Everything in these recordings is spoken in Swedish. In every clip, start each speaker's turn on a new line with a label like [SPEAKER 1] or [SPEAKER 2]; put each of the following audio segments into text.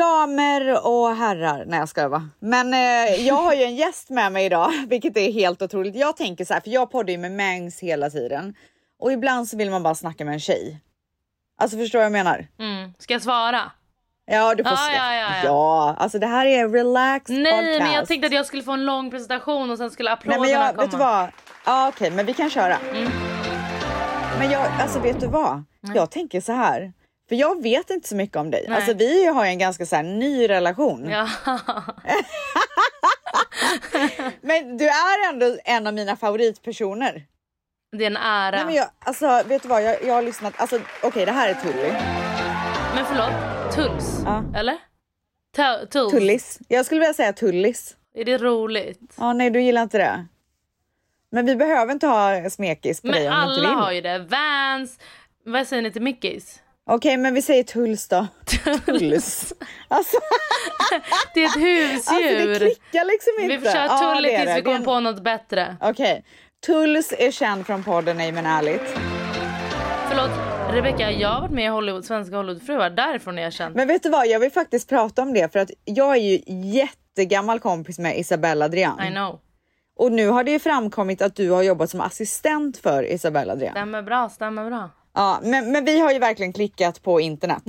[SPEAKER 1] Damer och herrar. Nej, jag skojar va? Men eh, jag har ju en gäst med mig idag, vilket är helt otroligt. Jag tänker så här, för jag poddar ju med Mangs hela tiden och ibland så vill man bara snacka med en tjej. Alltså förstår du vad jag menar?
[SPEAKER 2] Mm. Ska jag svara?
[SPEAKER 1] Ja, du får
[SPEAKER 2] Ja,
[SPEAKER 1] se.
[SPEAKER 2] ja, ja, ja.
[SPEAKER 1] ja, alltså det här är en relaxed
[SPEAKER 2] Nej,
[SPEAKER 1] podcast.
[SPEAKER 2] men jag tänkte att jag skulle få en lång presentation och sen skulle
[SPEAKER 1] Nej,
[SPEAKER 2] applåderna
[SPEAKER 1] men jag,
[SPEAKER 2] komma.
[SPEAKER 1] vet du vad? Ja, okej, men vi kan köra.
[SPEAKER 2] Mm.
[SPEAKER 1] Men jag, alltså vet du vad? Jag tänker så här. För jag vet inte så mycket om dig.
[SPEAKER 2] Nej.
[SPEAKER 1] Alltså vi har ju en ganska så här ny relation.
[SPEAKER 2] Ja.
[SPEAKER 1] Men du är ändå en av mina favoritpersoner.
[SPEAKER 2] Det är en ära.
[SPEAKER 1] Nej,
[SPEAKER 2] men,
[SPEAKER 1] men jag, alltså vet du vad? Jag, jag har lyssnat. Alltså okej, det här är Tully.
[SPEAKER 2] förlåt, Tulls?
[SPEAKER 1] Ja.
[SPEAKER 2] Eller? Tu- Tulls?
[SPEAKER 1] Tullis. Jag skulle vilja säga Tullis.
[SPEAKER 2] Är det roligt?
[SPEAKER 1] Ja, nej, du gillar inte det. Men vi behöver inte ha smekis på dig om
[SPEAKER 2] Men
[SPEAKER 1] du inte
[SPEAKER 2] alla
[SPEAKER 1] vill.
[SPEAKER 2] har ju det. Vans. Vad säger ni till Mickis?
[SPEAKER 1] Okej, men vi säger Tulls då. Tulls. Alltså,
[SPEAKER 2] Det är ett
[SPEAKER 1] alltså
[SPEAKER 2] husdjur.
[SPEAKER 1] det klickar liksom inte.
[SPEAKER 2] vi får köra
[SPEAKER 1] Ja,
[SPEAKER 2] tulligt
[SPEAKER 1] det är
[SPEAKER 2] tills
[SPEAKER 1] det. Det är
[SPEAKER 2] vi kommer
[SPEAKER 1] en-
[SPEAKER 2] på något bättre.
[SPEAKER 1] Okej. Tulls är känd från podden Nej men ärligt.
[SPEAKER 2] Förlåt, Rebecca, jag har varit med i Hollywood, Svenska Hollywoodfruar. Därifrån är jag känd.
[SPEAKER 1] Men vet du vad, jag vill faktiskt prata om det för att jag är ju jättegammal kompis med Isabella
[SPEAKER 2] I
[SPEAKER 1] Adrian.
[SPEAKER 2] know.
[SPEAKER 1] Och nu har det ju framkommit att du har jobbat som assistent för Isabella Adrian.
[SPEAKER 2] Stämmer bra, stämmer bra.
[SPEAKER 1] Ja, men, men vi har ju verkligen klickat på internet.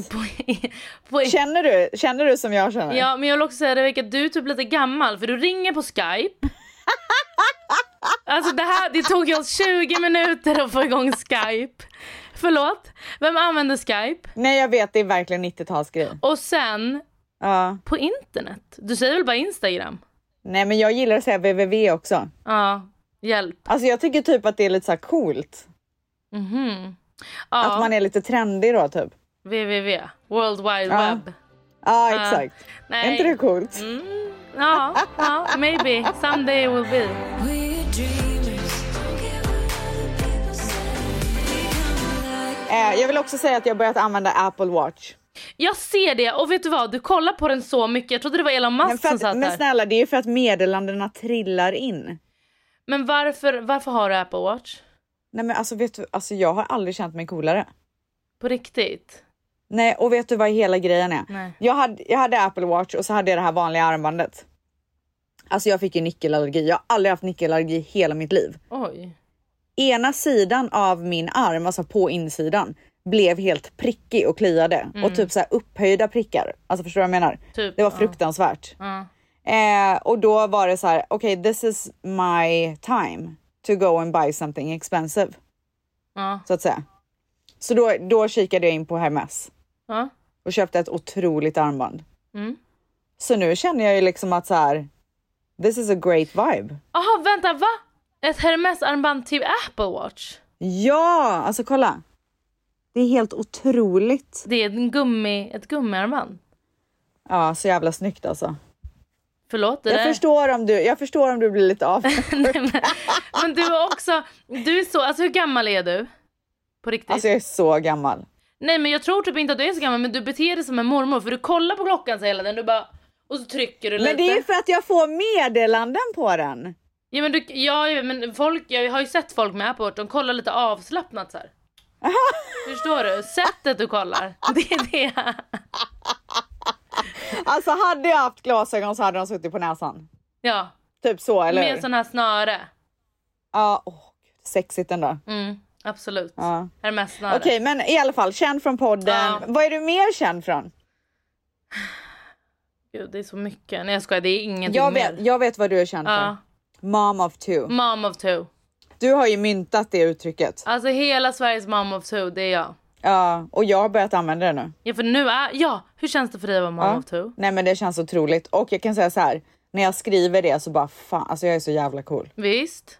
[SPEAKER 2] På-
[SPEAKER 1] Känner du, känner du som jag känner?
[SPEAKER 2] Ja men jag vill också säga Rebecca, du är typ lite gammal för du ringer på skype. Alltså det här, det tog ju oss 20 minuter att få igång skype. Förlåt, vem använder skype?
[SPEAKER 1] Nej jag vet, det är verkligen 90-talsgrej.
[SPEAKER 2] Och sen
[SPEAKER 1] Ja.
[SPEAKER 2] på internet, du säger väl bara instagram?
[SPEAKER 1] Nej men jag gillar att säga www också.
[SPEAKER 2] Ja, hjälp.
[SPEAKER 1] Alltså jag tycker typ att det är lite så här coolt.
[SPEAKER 2] Mhm.
[SPEAKER 1] Att
[SPEAKER 2] Ja,
[SPEAKER 1] man är lite trendig då typ.
[SPEAKER 2] www, world wide
[SPEAKER 1] Ja.
[SPEAKER 2] web.
[SPEAKER 1] Ja
[SPEAKER 2] Ja.
[SPEAKER 1] exakt. Är inte det
[SPEAKER 2] Nej.
[SPEAKER 1] coolt?
[SPEAKER 2] Mm, ja, ja, maybe, someday will be.
[SPEAKER 1] Eh, jag vill också säga att jag börjat använda Apple Watch.
[SPEAKER 2] Jag ser det och vet du vad, du kollar på den så mycket. Jag trodde det var Elon
[SPEAKER 1] Men,
[SPEAKER 2] Musk
[SPEAKER 1] för
[SPEAKER 2] som
[SPEAKER 1] att,
[SPEAKER 2] satt
[SPEAKER 1] men
[SPEAKER 2] där.
[SPEAKER 1] snälla, det är ju för att meddelandena trillar in.
[SPEAKER 2] Men varför, varför har du Apple Watch?
[SPEAKER 1] Nej men alltså vet du, alltså jag har aldrig känt mig coolare.
[SPEAKER 2] På riktigt?
[SPEAKER 1] Nej och vet du vad hela grejen är?
[SPEAKER 2] Nej.
[SPEAKER 1] Jag hade, jag hade Apple Watch och så hade jag det här vanliga armbandet. Alltså jag fick ju nickelallergi. Jag har aldrig haft nickelallergi i hela mitt liv.
[SPEAKER 2] Oj.
[SPEAKER 1] Ena sidan av min arm, alltså på insidan, blev helt prickig och kliade och typ så här upphöjda prickar. Alltså förstår du vad jag menar?
[SPEAKER 2] Typ,
[SPEAKER 1] det var
[SPEAKER 2] Mm. ja.
[SPEAKER 1] fruktansvärt.
[SPEAKER 2] Ja.
[SPEAKER 1] Eh, och då var det så här, okej this is my time to go and buy something expensive.
[SPEAKER 2] Ja.
[SPEAKER 1] Så att säga. Så då, då kikade jag in på Hermes
[SPEAKER 2] Ja.
[SPEAKER 1] och köpte ett otroligt armband.
[SPEAKER 2] Mm.
[SPEAKER 1] Så nu känner jag ju liksom att så här, this is a great vibe.
[SPEAKER 2] Aha, vänta, va? Ett Hermes-armband till Apple Watch?
[SPEAKER 1] Ja, alltså kolla. Det är helt otroligt.
[SPEAKER 2] Det är en gummi, ett gummiarmband.
[SPEAKER 1] Ja, så jävla snyggt alltså.
[SPEAKER 2] Förlåt? är
[SPEAKER 1] Jag
[SPEAKER 2] det-
[SPEAKER 1] förstår om du, jag förstår om du blir lite av.
[SPEAKER 2] Nej, men, men du är också... Du är så... Alltså hur gammal är du? På riktigt?
[SPEAKER 1] Alltså jag är så gammal.
[SPEAKER 2] Nej men jag tror typ inte att du är så gammal men du beter dig som en mormor för du kollar på klockan så hela tiden du bara... Och så trycker du lite.
[SPEAKER 1] Men det är ju för att jag får meddelanden på den.
[SPEAKER 2] Ja men, du, ja, ja, men folk, jag har ju sett folk med Apple Watch, de kollar lite avslappnat så här. Förstår du? Sättet du kollar. Det är det.
[SPEAKER 1] Alltså hade jag haft glasögon så hade de suttit på näsan.
[SPEAKER 2] Ja,
[SPEAKER 1] Typ så eller
[SPEAKER 2] med
[SPEAKER 1] hur?
[SPEAKER 2] sån här snöre.
[SPEAKER 1] Ja, åh, gud, sexigt ändå.
[SPEAKER 2] Mm, absolut.
[SPEAKER 1] Ja.
[SPEAKER 2] Hermes-snöre.
[SPEAKER 1] Okej, men i alla fall känd från podden.
[SPEAKER 2] Ja.
[SPEAKER 1] Vad är du mer känd från?
[SPEAKER 2] Gud, det är så mycket. Nej jag skojar, det är ingenting
[SPEAKER 1] Jag vet,
[SPEAKER 2] mer.
[SPEAKER 1] jag vet vad du är känd
[SPEAKER 2] Ja,
[SPEAKER 1] från. Mom of two.
[SPEAKER 2] mom of two.
[SPEAKER 1] Du har ju myntat det uttrycket.
[SPEAKER 2] Alltså hela Sveriges mom of two, det är jag.
[SPEAKER 1] Ja, och jag har börjat använda det nu.
[SPEAKER 2] Ja för nu är... Ja, hur känns det för dig att vara mom
[SPEAKER 1] Ja.
[SPEAKER 2] of two?
[SPEAKER 1] Nej, men det känns otroligt och jag kan säga så här. När jag skriver det så bara fan, alltså jag är så jävla cool.
[SPEAKER 2] Visst?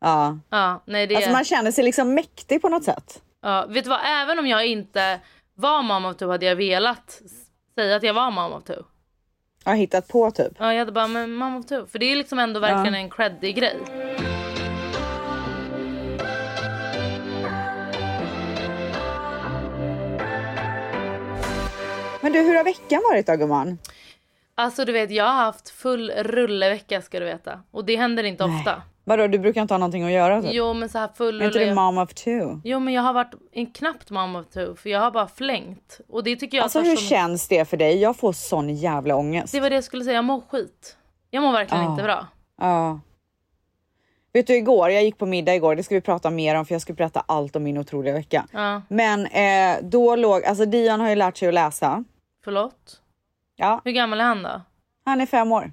[SPEAKER 1] Ja,
[SPEAKER 2] Ja, nej det är...
[SPEAKER 1] alltså man känner sig liksom mäktig på något sätt.
[SPEAKER 2] Ja, vet du vad, även om jag inte var mom of two hade jag velat s- säga att jag var mom of two.
[SPEAKER 1] Jag har hittat på typ.
[SPEAKER 2] Ja, jag hade bara, men mamma of two. För det är liksom ändå verkligen en creddig grej.
[SPEAKER 1] Men du, hur har veckan varit då gumman?
[SPEAKER 2] Alltså du vet, jag har haft full rullevecka ska du veta. Och det händer inte
[SPEAKER 1] Nej.
[SPEAKER 2] ofta.
[SPEAKER 1] Vadå, du brukar inte ha någonting att göra? Typ.
[SPEAKER 2] Jo men så här full
[SPEAKER 1] är inte
[SPEAKER 2] eller-
[SPEAKER 1] du mom of two?
[SPEAKER 2] Jo men jag har varit en knappt mamma two för jag har bara flängt. Och det tycker jag
[SPEAKER 1] Alltså
[SPEAKER 2] tar
[SPEAKER 1] hur
[SPEAKER 2] som-
[SPEAKER 1] känns det för dig? Jag får sån jävla ångest.
[SPEAKER 2] Det var det jag skulle säga, jag mår skit. Jag mår verkligen
[SPEAKER 1] Ah.
[SPEAKER 2] inte bra.
[SPEAKER 1] Ja. Vet du igår, jag gick på middag igår, det ska vi prata mer om för jag ska berätta allt om min otroliga vecka.
[SPEAKER 2] Ja,
[SPEAKER 1] Men eh, då låg, alltså Dion har ju lärt sig att läsa.
[SPEAKER 2] förlåt.
[SPEAKER 1] Ja,
[SPEAKER 2] Hur gammal är han då?
[SPEAKER 1] han är fem år.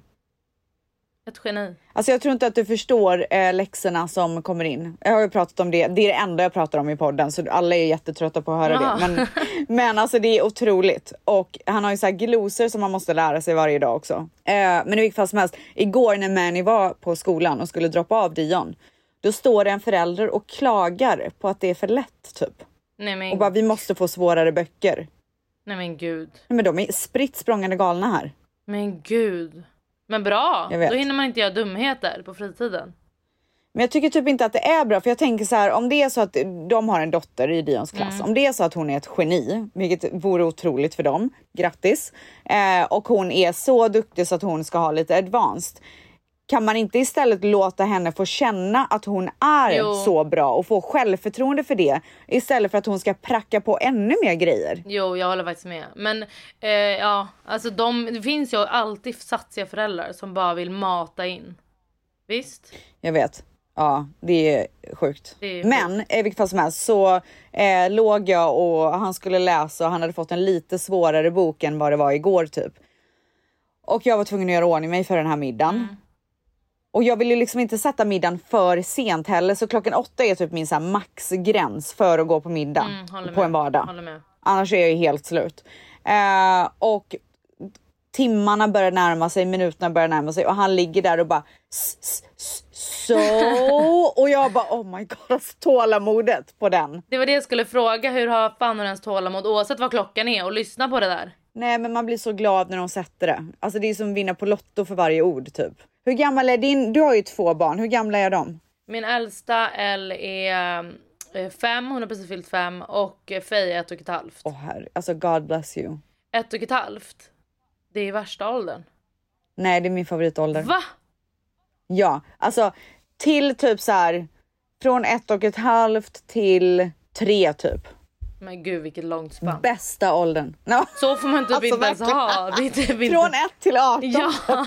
[SPEAKER 2] Ett geni.
[SPEAKER 1] Alltså jag tror inte att du förstår eh, läxorna som kommer in. Jag har ju pratat om det, det är det enda jag pratar om i podden så alla är jättetrötta på att höra det.
[SPEAKER 2] Jaha.
[SPEAKER 1] Men, men alltså det är otroligt. Och han har ju så här glosor som man måste lära sig varje dag också. Eh, men i vilket fall som helst, igår när Mani var på skolan och skulle droppa av Dion, då står det en förälder och klagar på att det är för lätt typ.
[SPEAKER 2] Nej men,
[SPEAKER 1] Och bara vi måste få svårare böcker.
[SPEAKER 2] nej, men gud.
[SPEAKER 1] Nej, Men de är spritt språngande galna här.
[SPEAKER 2] Men gud. Men bra,
[SPEAKER 1] Jag vet.
[SPEAKER 2] då hinner man inte göra dumheter på fritiden.
[SPEAKER 1] Men jag tycker typ inte att det är bra för jag tänker så här om det är så att de har en dotter i Dions klass. Om det är så att hon är ett geni, vilket vore otroligt för dem. Grattis! Eh, och hon är så duktig så att hon ska ha lite advanced. Kan man inte istället låta henne få känna att hon är
[SPEAKER 2] Jo.
[SPEAKER 1] så bra och få självförtroende för det istället för att hon ska pracka på ännu mer grejer?
[SPEAKER 2] Jo, jag håller faktiskt med. Men eh, ja, alltså de, det finns ju alltid satsiga föräldrar som bara vill mata in. Visst?
[SPEAKER 1] Jag vet. Ja, det är sjukt.
[SPEAKER 2] Det är
[SPEAKER 1] Men i vilket fall som helst så eh, låg jag och han skulle läsa och han hade fått en lite svårare bok än vad det var igår typ. Och jag var tvungen att göra ordning mig för den här middagen.
[SPEAKER 2] Mm.
[SPEAKER 1] Och jag vill ju liksom inte sätta middagen för sent heller så klockan åtta är typ min så här maxgräns för att gå på middag
[SPEAKER 2] Mm, håller med.
[SPEAKER 1] på en vardag.
[SPEAKER 2] Håller med.
[SPEAKER 1] Annars är jag ju helt slut. Eh, och timmarna börjar närma sig, minuterna börjar närma sig och han ligger där och bara "S- s- s- så och jag bara oh my god, alltså, tålamodet på den.
[SPEAKER 2] Det var det jag skulle fråga. Hur har fan hon ens tålamod oavsett vad klockan är och lyssna på det där?
[SPEAKER 1] Nej, men man blir så glad när de sätter det. Alltså, det är som att vinna på Lotto för varje ord typ. Hur gammal är din? Du har ju två barn. Hur gamla är de?
[SPEAKER 2] Min äldsta L är eh, fem, hon har precis fyllt fem och eh, Faye är ett och ett halvt.
[SPEAKER 1] Åh herre, alltså God bless you.
[SPEAKER 2] Ett och ett halvt? Det är värsta åldern.
[SPEAKER 1] Nej, det är min favoritålder.
[SPEAKER 2] Va?
[SPEAKER 1] Ja, alltså till typ så här från ett och ett halvt till tre typ.
[SPEAKER 2] Men gud vilket långt spann.
[SPEAKER 1] Bästa åldern. Ja.
[SPEAKER 2] Så får man typ
[SPEAKER 1] Alltså,
[SPEAKER 2] inte ens
[SPEAKER 1] verkligen.
[SPEAKER 2] ha. Det är typ inte...
[SPEAKER 1] Från 1 till 18.
[SPEAKER 2] Ja,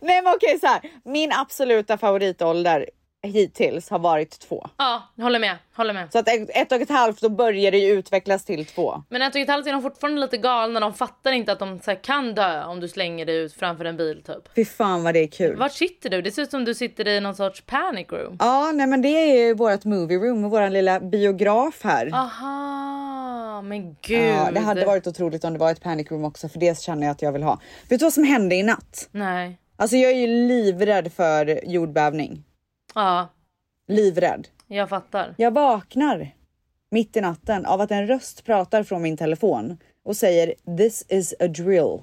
[SPEAKER 1] Nej men okej så här. Min absoluta favoritålder hittills har varit två.
[SPEAKER 2] ja, håller med. Håller med.
[SPEAKER 1] Så att ett ett och ett halvt då börjar det ju utvecklas till två.
[SPEAKER 2] Men ett och ett halvt är de fortfarande lite galna. De fattar inte att de så här, kan dö om du slänger dig ut framför en bil typ.
[SPEAKER 1] Fy fan vad det är kul.
[SPEAKER 2] Vart sitter du? Det ser ut som du sitter i någon sorts panic room.
[SPEAKER 1] Ja, nej men det är ju vårt movie room och våran lilla biograf här.
[SPEAKER 2] Aha, men gud.
[SPEAKER 1] Ja, det hade varit otroligt om det var ett panic room också för det känner jag att jag vill ha. Vet du vad som hände i natt?
[SPEAKER 2] Nej.
[SPEAKER 1] Alltså jag är ju livrädd för jordbävning.
[SPEAKER 2] Ja,
[SPEAKER 1] Livrädd.
[SPEAKER 2] jag fattar.
[SPEAKER 1] Jag vaknar mitt i natten av att en röst pratar från min telefon och säger this is a drill.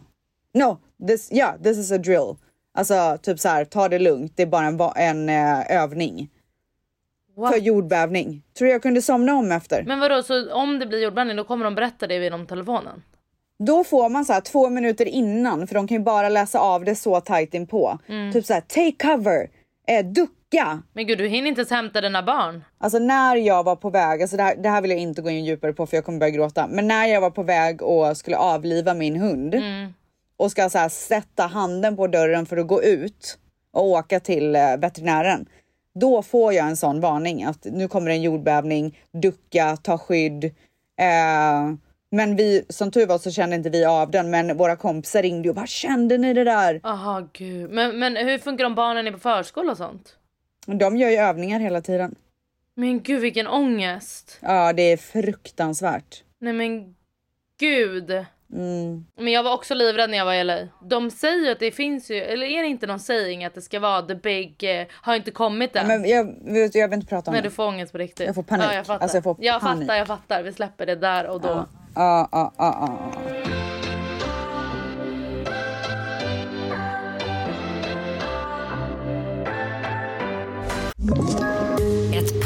[SPEAKER 1] No, this, yeah, this is a drill. Alltså typ så här, ta det lugnt, det är bara en, va- en eh, övning.
[SPEAKER 2] What?
[SPEAKER 1] För jordbävning. Tror du jag kunde somna om efter?
[SPEAKER 2] Men vadå, så om det blir jordbävning då kommer de berätta det genom telefonen?
[SPEAKER 1] Då får man så här två minuter innan, för de kan ju bara läsa av det så tajt inpå. Typ så här, take cover, eh, ducka.
[SPEAKER 2] Men gud, du hinner inte ens hämta dina barn.
[SPEAKER 1] Alltså när jag var på väg, alltså det här, det här vill jag inte gå in djupare på för jag kommer börja gråta. Men när jag var på väg och skulle avliva min hund och ska så här sätta handen på dörren för att gå ut och åka till eh, veterinären. Då får jag en sån varning att nu kommer en jordbävning, ducka, ta skydd. Eh, men vi, som tur var så kände inte vi av den, men våra kompisar ringde och bara kände ni det där?
[SPEAKER 2] Aha, gud. Men, men hur funkar det om barnen är på förskola och sånt?
[SPEAKER 1] De gör ju övningar hela tiden.
[SPEAKER 2] Men gud vilken ångest.
[SPEAKER 1] Ja, det är fruktansvärt.
[SPEAKER 2] Nej men gud.
[SPEAKER 1] Mm.
[SPEAKER 2] Men jag var också livrädd när jag var i LA. De säger ju att det finns ju, eller är det inte någon saying att det ska vara the big, eh, har inte kommit än.
[SPEAKER 1] Men jag, vet du, jag vill inte prata om
[SPEAKER 2] Nej
[SPEAKER 1] det.
[SPEAKER 2] du får ångest på riktigt.
[SPEAKER 1] Jag får panik.
[SPEAKER 2] Ja, jag fattar.
[SPEAKER 1] Alltså, jag får panik.
[SPEAKER 2] fattar, jag fattar. Vi släpper det där och då.
[SPEAKER 1] Ja, ja, ja, ja, ja.
[SPEAKER 3] Ett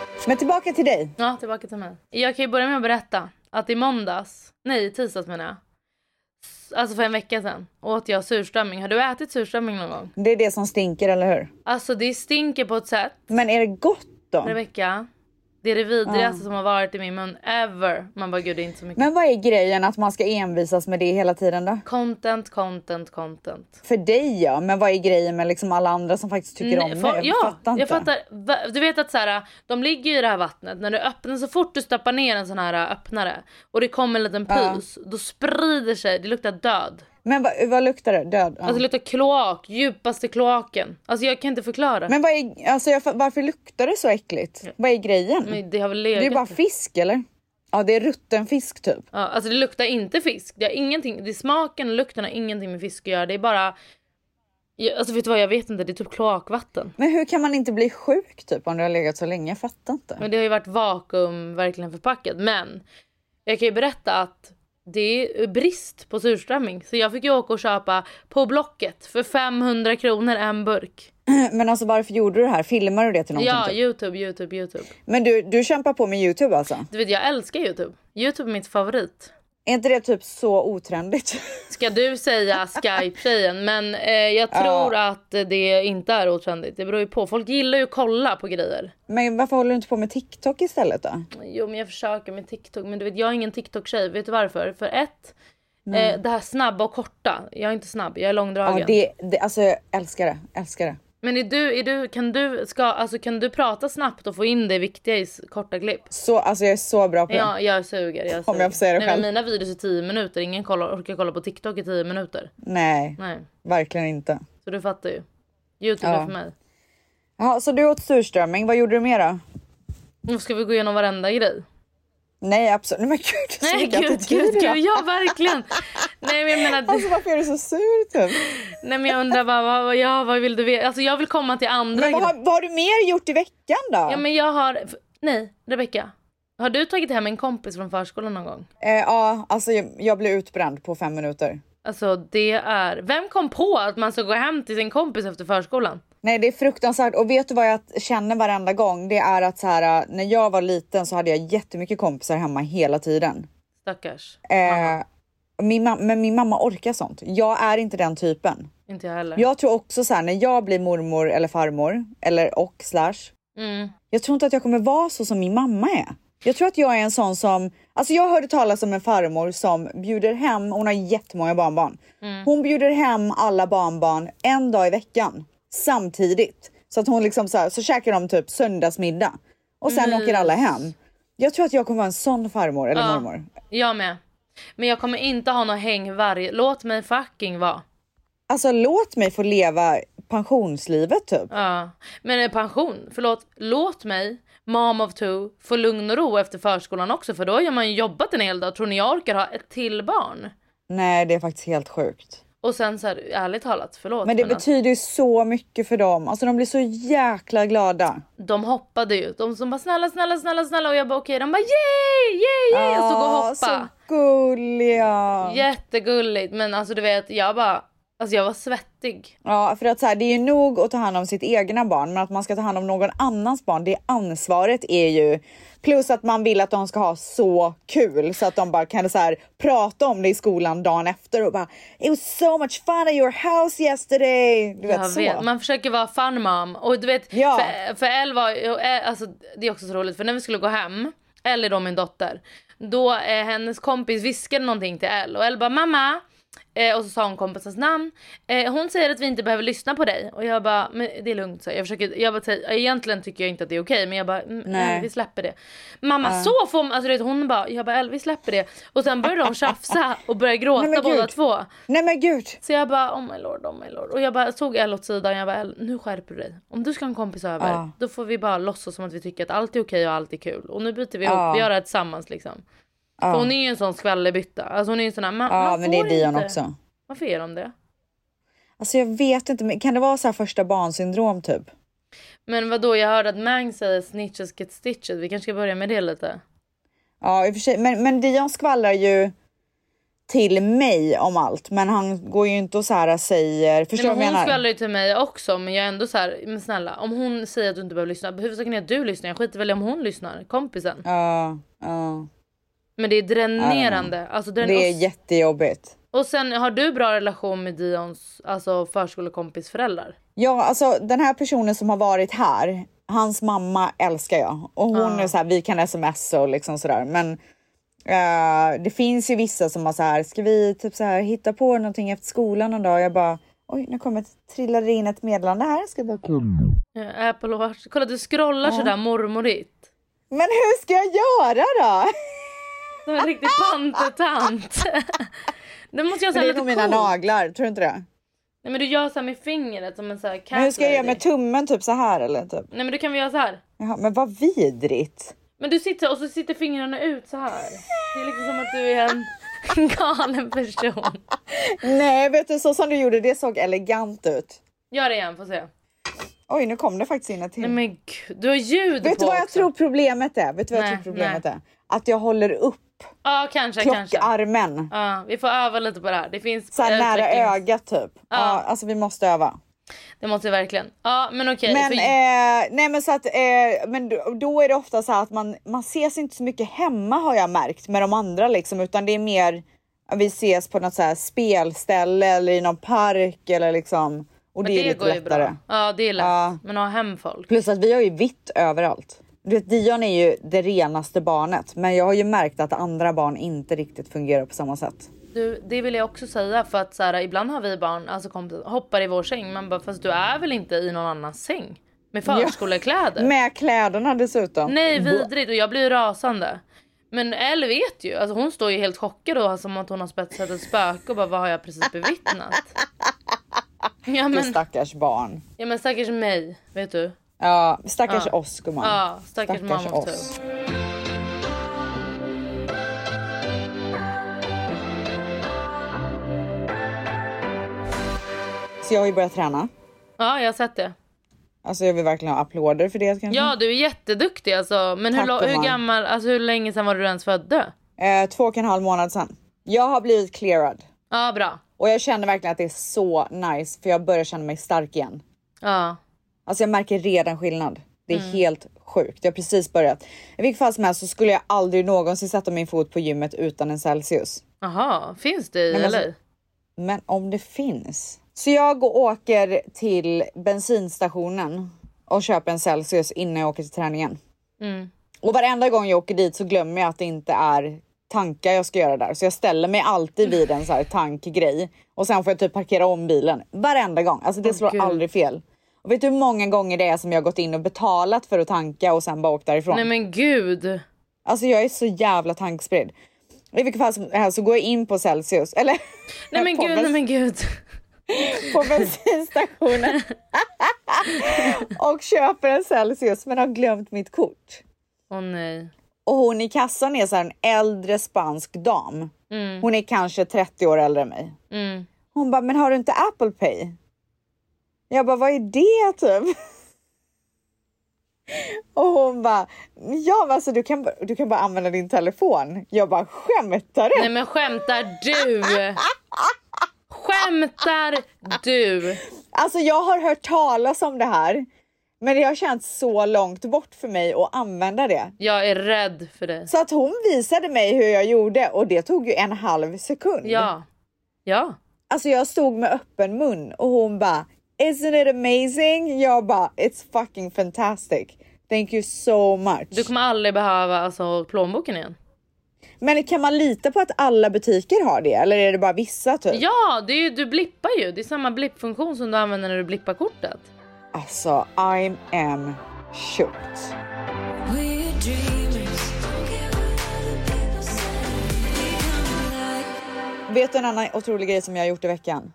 [SPEAKER 1] Men tillbaka till dig.
[SPEAKER 2] Ja, tillbaka till mig. Jag kan ju börja med att berätta att i måndags, nej i tisdags menar jag, s- alltså för en vecka sedan, åt jag surströmming. Har du ätit surströmming någon gång?
[SPEAKER 1] Det är det som stinker, eller hur?
[SPEAKER 2] Alltså det stinker på ett sätt,
[SPEAKER 1] Men är det gott då?
[SPEAKER 2] Rebecca. Det är det vidrigaste som har varit i min mun ever. Man bara gud det är inte så mycket.
[SPEAKER 1] Men vad är grejen att man ska envisas med det hela tiden då?
[SPEAKER 2] Content, content, content.
[SPEAKER 1] För dig ja, men vad är grejen med liksom alla andra som faktiskt tycker om
[SPEAKER 2] Nej,
[SPEAKER 1] det?
[SPEAKER 2] Mm, fa-
[SPEAKER 1] Jag
[SPEAKER 2] ja,
[SPEAKER 1] fattar inte.
[SPEAKER 2] jag fattar. Va- Du vet att så här, de ligger i det här vattnet. När du öppnar, så fort du stoppar ner en sån här öppnare och det kommer en liten pus, då sprider sig, det luktar död.
[SPEAKER 1] Men vad, vad luktar det? Död? Ja.
[SPEAKER 2] Alltså det luktar kloak, djupaste kloaken. Alltså jag kan inte förklara. Men,
[SPEAKER 1] men vad är, alltså jag, fa- varför luktar det så äckligt? Vad är grejen?
[SPEAKER 2] det har väl
[SPEAKER 1] det
[SPEAKER 2] legat.
[SPEAKER 1] är ju bara fisk eller? Ja, det är rutten fisk typ.
[SPEAKER 2] Ja, alltså det luktar inte fisk. Det har ingenting, det är smaken och lukten har ingenting med fisk att göra. Det är bara... Jag, alltså vet du vad, jag vet inte. Det är typ kloakvatten.
[SPEAKER 1] Men hur kan man inte bli sjuk typ om du har legat så länge? Jag fattar inte.
[SPEAKER 2] Men det har ju varit vakuum verkligen förpackat. Men jag kan ju berätta att det är brist på surströmming. Så jag fick ju åka och köpa på Blocket för 500 kronor en burk.
[SPEAKER 1] Men alltså varför gjorde du det här? Filmar du det till någonting?
[SPEAKER 2] Ja,
[SPEAKER 1] typ?
[SPEAKER 2] Youtube, Youtube, Youtube.
[SPEAKER 1] Men du, du kämpar på med Youtube alltså?
[SPEAKER 2] Du vet, jag älskar Youtube. Youtube är mitt favorit.
[SPEAKER 1] Är inte det typ så otrendigt?
[SPEAKER 2] Ska du säga Skype-tjejen? Men eh, jag tror att det inte är otrendigt. Det beror ju på. Folk gillar ju att kolla på grejer.
[SPEAKER 1] Men varför håller du inte på med TikTok istället då?
[SPEAKER 2] Jo men jag försöker med TikTok men du vet jag är ingen TikTok-tjej. Vet du varför? För ett, eh, det här snabba och korta. Jag är inte snabb, jag är långdragen.
[SPEAKER 1] Ja, det, det, alltså jag älskar det, älskar det.
[SPEAKER 2] Men är du, är du, kan, du, ska, alltså, kan du prata snabbt och få in det viktiga i s- korta klipp?
[SPEAKER 1] Så, alltså jag är så bra på det.
[SPEAKER 2] Ja, jag suger. Jag suger.
[SPEAKER 1] jag får säga det
[SPEAKER 2] Nej, men
[SPEAKER 1] själv.
[SPEAKER 2] Mina videos är 10 minuter, ingen kollar, orkar kolla på TikTok i 10 minuter.
[SPEAKER 1] Nej,
[SPEAKER 2] Nej,
[SPEAKER 1] verkligen inte.
[SPEAKER 2] så du fattar ju. Youtube
[SPEAKER 1] Ja.
[SPEAKER 2] är för mig.
[SPEAKER 1] Jaha, så du åt surströmming, vad gjorde du mer då?
[SPEAKER 2] Nu ska vi gå igenom varenda grej.
[SPEAKER 1] Nej absolut, nej men gud så
[SPEAKER 2] Nej
[SPEAKER 1] mycket
[SPEAKER 2] gud,
[SPEAKER 1] attityd
[SPEAKER 2] gud,
[SPEAKER 1] idag.
[SPEAKER 2] gud, ja verkligen. Nej men jag menar,
[SPEAKER 1] Alltså varför är du så sur typ?
[SPEAKER 2] nej, men jag undrar bara vad, vad, ja, vad vill du veta? Alltså jag vill komma till andra
[SPEAKER 1] Men vad, har, vad har du mer gjort i veckan då?
[SPEAKER 2] Ja men jag har, f- nej Rebecka. Har du tagit hem en kompis från förskolan någon gång?
[SPEAKER 1] eh, ja alltså jag, jag blev utbränd på fem minuter.
[SPEAKER 2] Alltså det är, vem kom på att man ska gå hem till sin kompis efter förskolan?
[SPEAKER 1] Nej det är fruktansvärt och vet du vad jag känner varenda gång? Det är att så här, eh, när jag var liten så hade jag jättemycket kompisar hemma hela tiden.
[SPEAKER 2] Stackars.
[SPEAKER 1] Eh, min mam- men min mamma orkar sånt. Jag är inte den typen.
[SPEAKER 2] Inte jag heller.
[SPEAKER 1] Jag tror också så här när jag blir mormor eller farmor eller och slash.
[SPEAKER 2] Mm.
[SPEAKER 1] Jag tror inte att jag kommer vara så som min mamma är. Jag tror att jag är en sån som, alltså jag hörde talas om en farmor som bjuder hem, hon har jättemånga barnbarn. Hon bjuder hem alla barnbarn en dag i veckan samtidigt. Så att hon liksom så här, så käkar de typ söndagsmiddag och sen åker alla hem. Jag tror att jag kommer vara en sån farmor eller
[SPEAKER 2] Ja.
[SPEAKER 1] mormor.
[SPEAKER 2] Jag med. Men jag kommer inte ha någon häng varje, låt mig fucking vara.
[SPEAKER 1] Alltså låt mig få leva pensionslivet typ.
[SPEAKER 2] Ja. Men eh, pension, förlåt, låt mig mom of two få lugn och ro efter förskolan också för då har man ju jobbat en hel dag. Tror ni jag orkar ha ett till barn?
[SPEAKER 1] Nej, det är faktiskt helt sjukt.
[SPEAKER 2] Och sen så här, ärligt talat, förlåt.
[SPEAKER 1] Men det
[SPEAKER 2] alltså-
[SPEAKER 1] betyder ju så mycket för dem. Alltså de blir så jäkla glada.
[SPEAKER 2] de hoppade ju. De som bara snälla, snälla, snälla, snälla och jag bara okej. De bara yay, yay, yay och så gå och hoppa.
[SPEAKER 1] Ah, Så gulliga.
[SPEAKER 2] Jättegulligt men alltså du vet jag bara, alltså jag var svettig.
[SPEAKER 1] Ja, för att så här, det är ju nog att ta hand om sitt egna barn, men att man ska ta hand om någon annans barn, det ansvaret är ju... Plus att man vill att de ska ha så kul så att de bara kan så här, prata om det i skolan dagen efter och bara It was so much fun at your house yesterday. Du vet
[SPEAKER 2] Jag
[SPEAKER 1] så.
[SPEAKER 2] vet, man försöker vara fun mom och du vet
[SPEAKER 1] Ja.
[SPEAKER 2] för, för Elle var ju- och Elle- alltså det är också så roligt för när vi skulle gå hem, Elle är då min dotter, då eh, hennes kompis viskade någonting till Elle och Elle bara mamma eh, och så sa hon kompisens namn. Eh, hon säger att vi inte behöver lyssna på dig och jag bara men det är lugnt så jag försöker, jag bara säger egentligen tycker jag inte att det är okej men jag bara mm,
[SPEAKER 1] Nej.
[SPEAKER 2] Elle, vi släpper det. Mamma så får man, alltså du vet hon bara jag bara Elle vi släpper det och sen började de tjafsa och började gråta
[SPEAKER 1] Nej, men
[SPEAKER 2] båda
[SPEAKER 1] gud.
[SPEAKER 2] två.
[SPEAKER 1] Nej men gud.
[SPEAKER 2] Så jag bara oh my lord, oh my lord. Och jag bara såg Elle åt sidan jag bara Elle, nu skärper du dig. Om du ska ha en kompis över
[SPEAKER 1] Ja.
[SPEAKER 2] då får vi bara låtsas som att vi tycker att allt är okej och allt är kul. Och nu byter vi
[SPEAKER 1] Ja.
[SPEAKER 2] ihop, vi gör det här tillsammans liksom. För hon är ju en sån skvallerbytta. Alltså hon är ju en sån här man,
[SPEAKER 1] Ja,
[SPEAKER 2] man
[SPEAKER 1] men det är
[SPEAKER 2] får
[SPEAKER 1] Dion
[SPEAKER 2] inte.
[SPEAKER 1] också.
[SPEAKER 2] Varför är de det?
[SPEAKER 1] Alltså jag vet inte, men kan det vara så här första barnsyndrom typ?
[SPEAKER 2] Men vad då jag hörde att Mang säger snitches get stitches. Vi kanske ska börja med det lite.
[SPEAKER 1] Ja, i och för sig. Men, men Dion skvallrar ju till mig om allt, men han går ju inte och så här säger... Förstår
[SPEAKER 2] Nej,
[SPEAKER 1] du
[SPEAKER 2] men
[SPEAKER 1] vad jag
[SPEAKER 2] hon
[SPEAKER 1] menar?
[SPEAKER 2] skvallrar ju till mig också men jag är ändå så här, men snälla om hon säger att du inte behöver lyssna, huvudsaken är att du lyssnar. Jag skiter väl i om hon lyssnar, kompisen.
[SPEAKER 1] Ja, ja.
[SPEAKER 2] Men det är dränerande. Alltså, drän-
[SPEAKER 1] Det är
[SPEAKER 2] och,
[SPEAKER 1] jättejobbigt.
[SPEAKER 2] och sen har du bra relation med Dions alltså, förskolekompis föräldrar?
[SPEAKER 1] Ja, alltså den här personen som har varit här, hans mamma älskar jag och hon är så här, vi kan smsa och liksom sådär. Men eh, det finns ju vissa som har så här, ska vi typ så här hitta på någonting efter skolan någon dag? Jag bara, oj, nu kommer det trillade in ett meddelande här. Ska jag bara...
[SPEAKER 2] Ja,
[SPEAKER 1] Eh,
[SPEAKER 2] Apple Watch. Kolla du scrollar sådär mormorigt.
[SPEAKER 1] Men hur ska jag göra då?
[SPEAKER 2] Som en riktig pantetant. Nu måste jag
[SPEAKER 1] Det
[SPEAKER 2] säga
[SPEAKER 1] är
[SPEAKER 2] lite
[SPEAKER 1] nog
[SPEAKER 2] cool.
[SPEAKER 1] mina naglar, tror du inte det?
[SPEAKER 2] Nej men du gör såhär med fingret som en såhär cat
[SPEAKER 1] Men hur ska jag göra
[SPEAKER 2] lady.
[SPEAKER 1] med tummen typ så här eller typ?
[SPEAKER 2] Nej men du kan väl göra så här.
[SPEAKER 1] Jaha, men vad vidrigt.
[SPEAKER 2] Men du sitter och så sitter fingrarna ut så här. Det är liksom som att du är en galen person.
[SPEAKER 1] Nej, vet du så som du gjorde det såg elegant ut.
[SPEAKER 2] Gör det igen får se.
[SPEAKER 1] Oj, nu kom det faktiskt in ett till.
[SPEAKER 2] Nej men gud, du har
[SPEAKER 1] Vet
[SPEAKER 2] ljud på
[SPEAKER 1] du vad jag
[SPEAKER 2] också.
[SPEAKER 1] tror problemet är? Vet du vad jag
[SPEAKER 2] Nej,
[SPEAKER 1] tror problemet är? Att jag håller upp
[SPEAKER 2] Ja kanske kanske.
[SPEAKER 1] klockarmen
[SPEAKER 2] Ja, vi får öva lite på det här. Det finns
[SPEAKER 1] så här
[SPEAKER 2] eh,
[SPEAKER 1] nära
[SPEAKER 2] utvecklings-
[SPEAKER 1] ögat typ. Ja. alltså vi måste öva.
[SPEAKER 2] Det måste vi verkligen. Ja men okej.
[SPEAKER 1] Men,
[SPEAKER 2] för-
[SPEAKER 1] eh, nej, men, så att, eh, men då, då är det ofta så här att man, man ses inte så mycket hemma har jag märkt med de andra liksom utan det är mer ja, vi ses på något så här spelställe eller i någon park eller liksom. Och
[SPEAKER 2] men
[SPEAKER 1] det, är lite lättare.
[SPEAKER 2] Ja det är lätt.
[SPEAKER 1] Ja.
[SPEAKER 2] Men ha hem folk.
[SPEAKER 1] Plus att vi har ju vitt överallt. Du vet, Dion är ju det renaste barnet, men jag har ju märkt att andra barn inte riktigt fungerar på samma sätt.
[SPEAKER 2] Du, det vill jag också säga för att så här, ibland har vi barn, alltså kompisar, hoppar i vår säng. Man bara fast du är väl inte i någon annans säng? Med förskolekläder?
[SPEAKER 1] Med kläderna dessutom.
[SPEAKER 2] Nej vidrigt och jag blir rasande. Men Elle vet ju, alltså hon står ju helt chockad och har som att hon har spetsat ett spöke och bara vad har jag precis bevittnat? Ja
[SPEAKER 1] Du
[SPEAKER 2] men,
[SPEAKER 1] Stackars barn.
[SPEAKER 2] ja, men stackars mig, vet du.
[SPEAKER 1] Ja, stackars oss gumman.
[SPEAKER 2] Ja, stackars,
[SPEAKER 1] Stackars
[SPEAKER 2] mamma typ. också.
[SPEAKER 1] oss. Så jag har ju börjat träna.
[SPEAKER 2] Ja, jag har sett det.
[SPEAKER 1] Alltså jag vill verkligen ha applåder för det kanske.
[SPEAKER 2] Ja, du är jätteduktig alltså. Men hur,
[SPEAKER 1] Mm. Tack,
[SPEAKER 2] lo- hur
[SPEAKER 1] gumman.
[SPEAKER 2] gammal, alltså hur länge sedan var du ens födde?
[SPEAKER 1] Eh, två och en halv månad sedan. Jag har blivit clearad.
[SPEAKER 2] Ja, bra.
[SPEAKER 1] Och jag känner verkligen att det är så nice för jag börjar känna mig stark igen.
[SPEAKER 2] Ja.
[SPEAKER 1] Alltså jag märker redan skillnad. Det är helt sjukt. Jag har precis börjat. I vilket fall som helst så skulle jag aldrig någonsin sätta min fot på gymmet utan en Celsius.
[SPEAKER 2] Jaha, finns det i
[SPEAKER 1] Men alltså-
[SPEAKER 2] eller?
[SPEAKER 1] Men om det finns. Så jag går, åker till bensinstationen och köper en Celsius innan jag åker till träningen.
[SPEAKER 2] Mm.
[SPEAKER 1] Och varenda gång jag åker dit så glömmer jag att det inte är tankar jag ska göra där. Så jag ställer mig alltid vid en så här tankgrej och sen får jag typ parkera om bilen. Varenda gång. Alltså det slår
[SPEAKER 2] gud.
[SPEAKER 1] aldrig fel. Och vet du hur många gånger det är som jag har gått in och betalat för att tanka och sen bara åkt därifrån?
[SPEAKER 2] Nej men gud.
[SPEAKER 1] Alltså jag är så jävla tankspridd. I vilket fall som helst så går jag in på Celsius, eller
[SPEAKER 2] Nej men
[SPEAKER 1] på,
[SPEAKER 2] gud,
[SPEAKER 1] bens-
[SPEAKER 2] nej men gud.
[SPEAKER 1] på bensinstationen och köper en Celsius men har glömt mitt kort.
[SPEAKER 2] Åh nej.
[SPEAKER 1] Och hon i kassan är så här en äldre spansk dam.
[SPEAKER 2] Mm,
[SPEAKER 1] Hon är kanske 30 år äldre än mig.
[SPEAKER 2] mm.
[SPEAKER 1] Hon bara, men har du inte Apple Pay? Jag bara, vad är det typ? Och hon bara, ja men alltså du kan, ba- du kan bara använda din telefon. Jag bara, skämtar du?
[SPEAKER 2] Nej men skämtar du? Skämtar du?
[SPEAKER 1] Alltså jag har hört talas om det här, men det har känts så långt bort för mig att använda det.
[SPEAKER 2] Jag är rädd för dig.
[SPEAKER 1] Så att hon visade mig hur jag gjorde och det tog ju en halv sekund.
[SPEAKER 2] Ja. Ja.
[SPEAKER 1] Alltså jag stod med öppen mun och hon bara “Isn't it amazing?” Jag bara “It's fucking fantastic. Thank you so much.”
[SPEAKER 2] Du kommer aldrig behöva alltså, plånboken igen.
[SPEAKER 1] Men kan man lita på att alla butiker har det eller är det bara vissa typ?
[SPEAKER 2] Ja, det är ju, du blippar ju. Det är samma blippfunktion som du använder när du blippar kortet.
[SPEAKER 1] Alltså I am shocked. Vet du en annan otrolig grej som jag har gjort i veckan?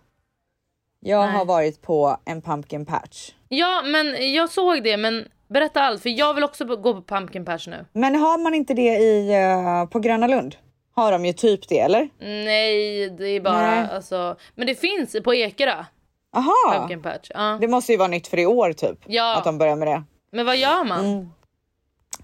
[SPEAKER 1] Jag
[SPEAKER 2] Nej.
[SPEAKER 1] har varit på en pumpkin patch.
[SPEAKER 2] Ja, men jag såg det. Men berätta allt, för jag vill också b- gå på pumpkin patch nu.
[SPEAKER 1] Men har man inte det i, eh, på Gröna Lund? Har de ju typ det eller?
[SPEAKER 2] Nej, det är bara
[SPEAKER 1] Nej.
[SPEAKER 2] alltså. Men det finns på Ekerö.
[SPEAKER 1] Aha.
[SPEAKER 2] Pumpkin patch. Ja.
[SPEAKER 1] Det måste ju vara nytt för i år typ.
[SPEAKER 2] Ja.
[SPEAKER 1] Att de börjar med det.
[SPEAKER 2] Men vad gör man?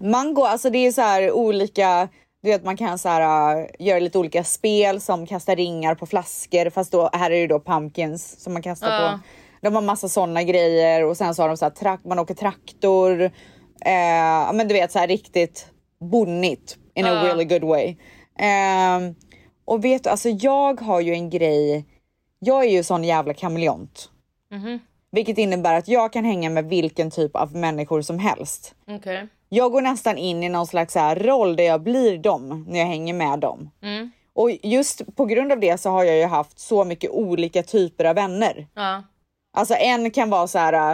[SPEAKER 1] Mango, alltså det är så här olika, du vet man kan så här, äh, göra lite olika spel som kastar ringar på flaskor fast då, här är det ju då pumpkins som man kastar
[SPEAKER 2] Ja.
[SPEAKER 1] på. De har massa sådana grejer och sen så har de så här, trak- man åker traktor. Eh, ja, men du vet så här riktigt bonnigt in a
[SPEAKER 2] Ja.
[SPEAKER 1] really good way. Ehm, och vet du, alltså jag har ju en grej, jag är ju sån jävla kameleont.
[SPEAKER 2] Mhm.
[SPEAKER 1] Vilket innebär att jag kan hänga med vilken typ av människor som helst.
[SPEAKER 2] Okej.
[SPEAKER 1] Jag går nästan in i någon slags så här roll där jag blir dem när jag hänger med dem.
[SPEAKER 2] Mm.
[SPEAKER 1] Och just på grund av det så har jag ju haft så mycket olika typer av vänner.
[SPEAKER 2] Ja.
[SPEAKER 1] Alltså en kan vara så här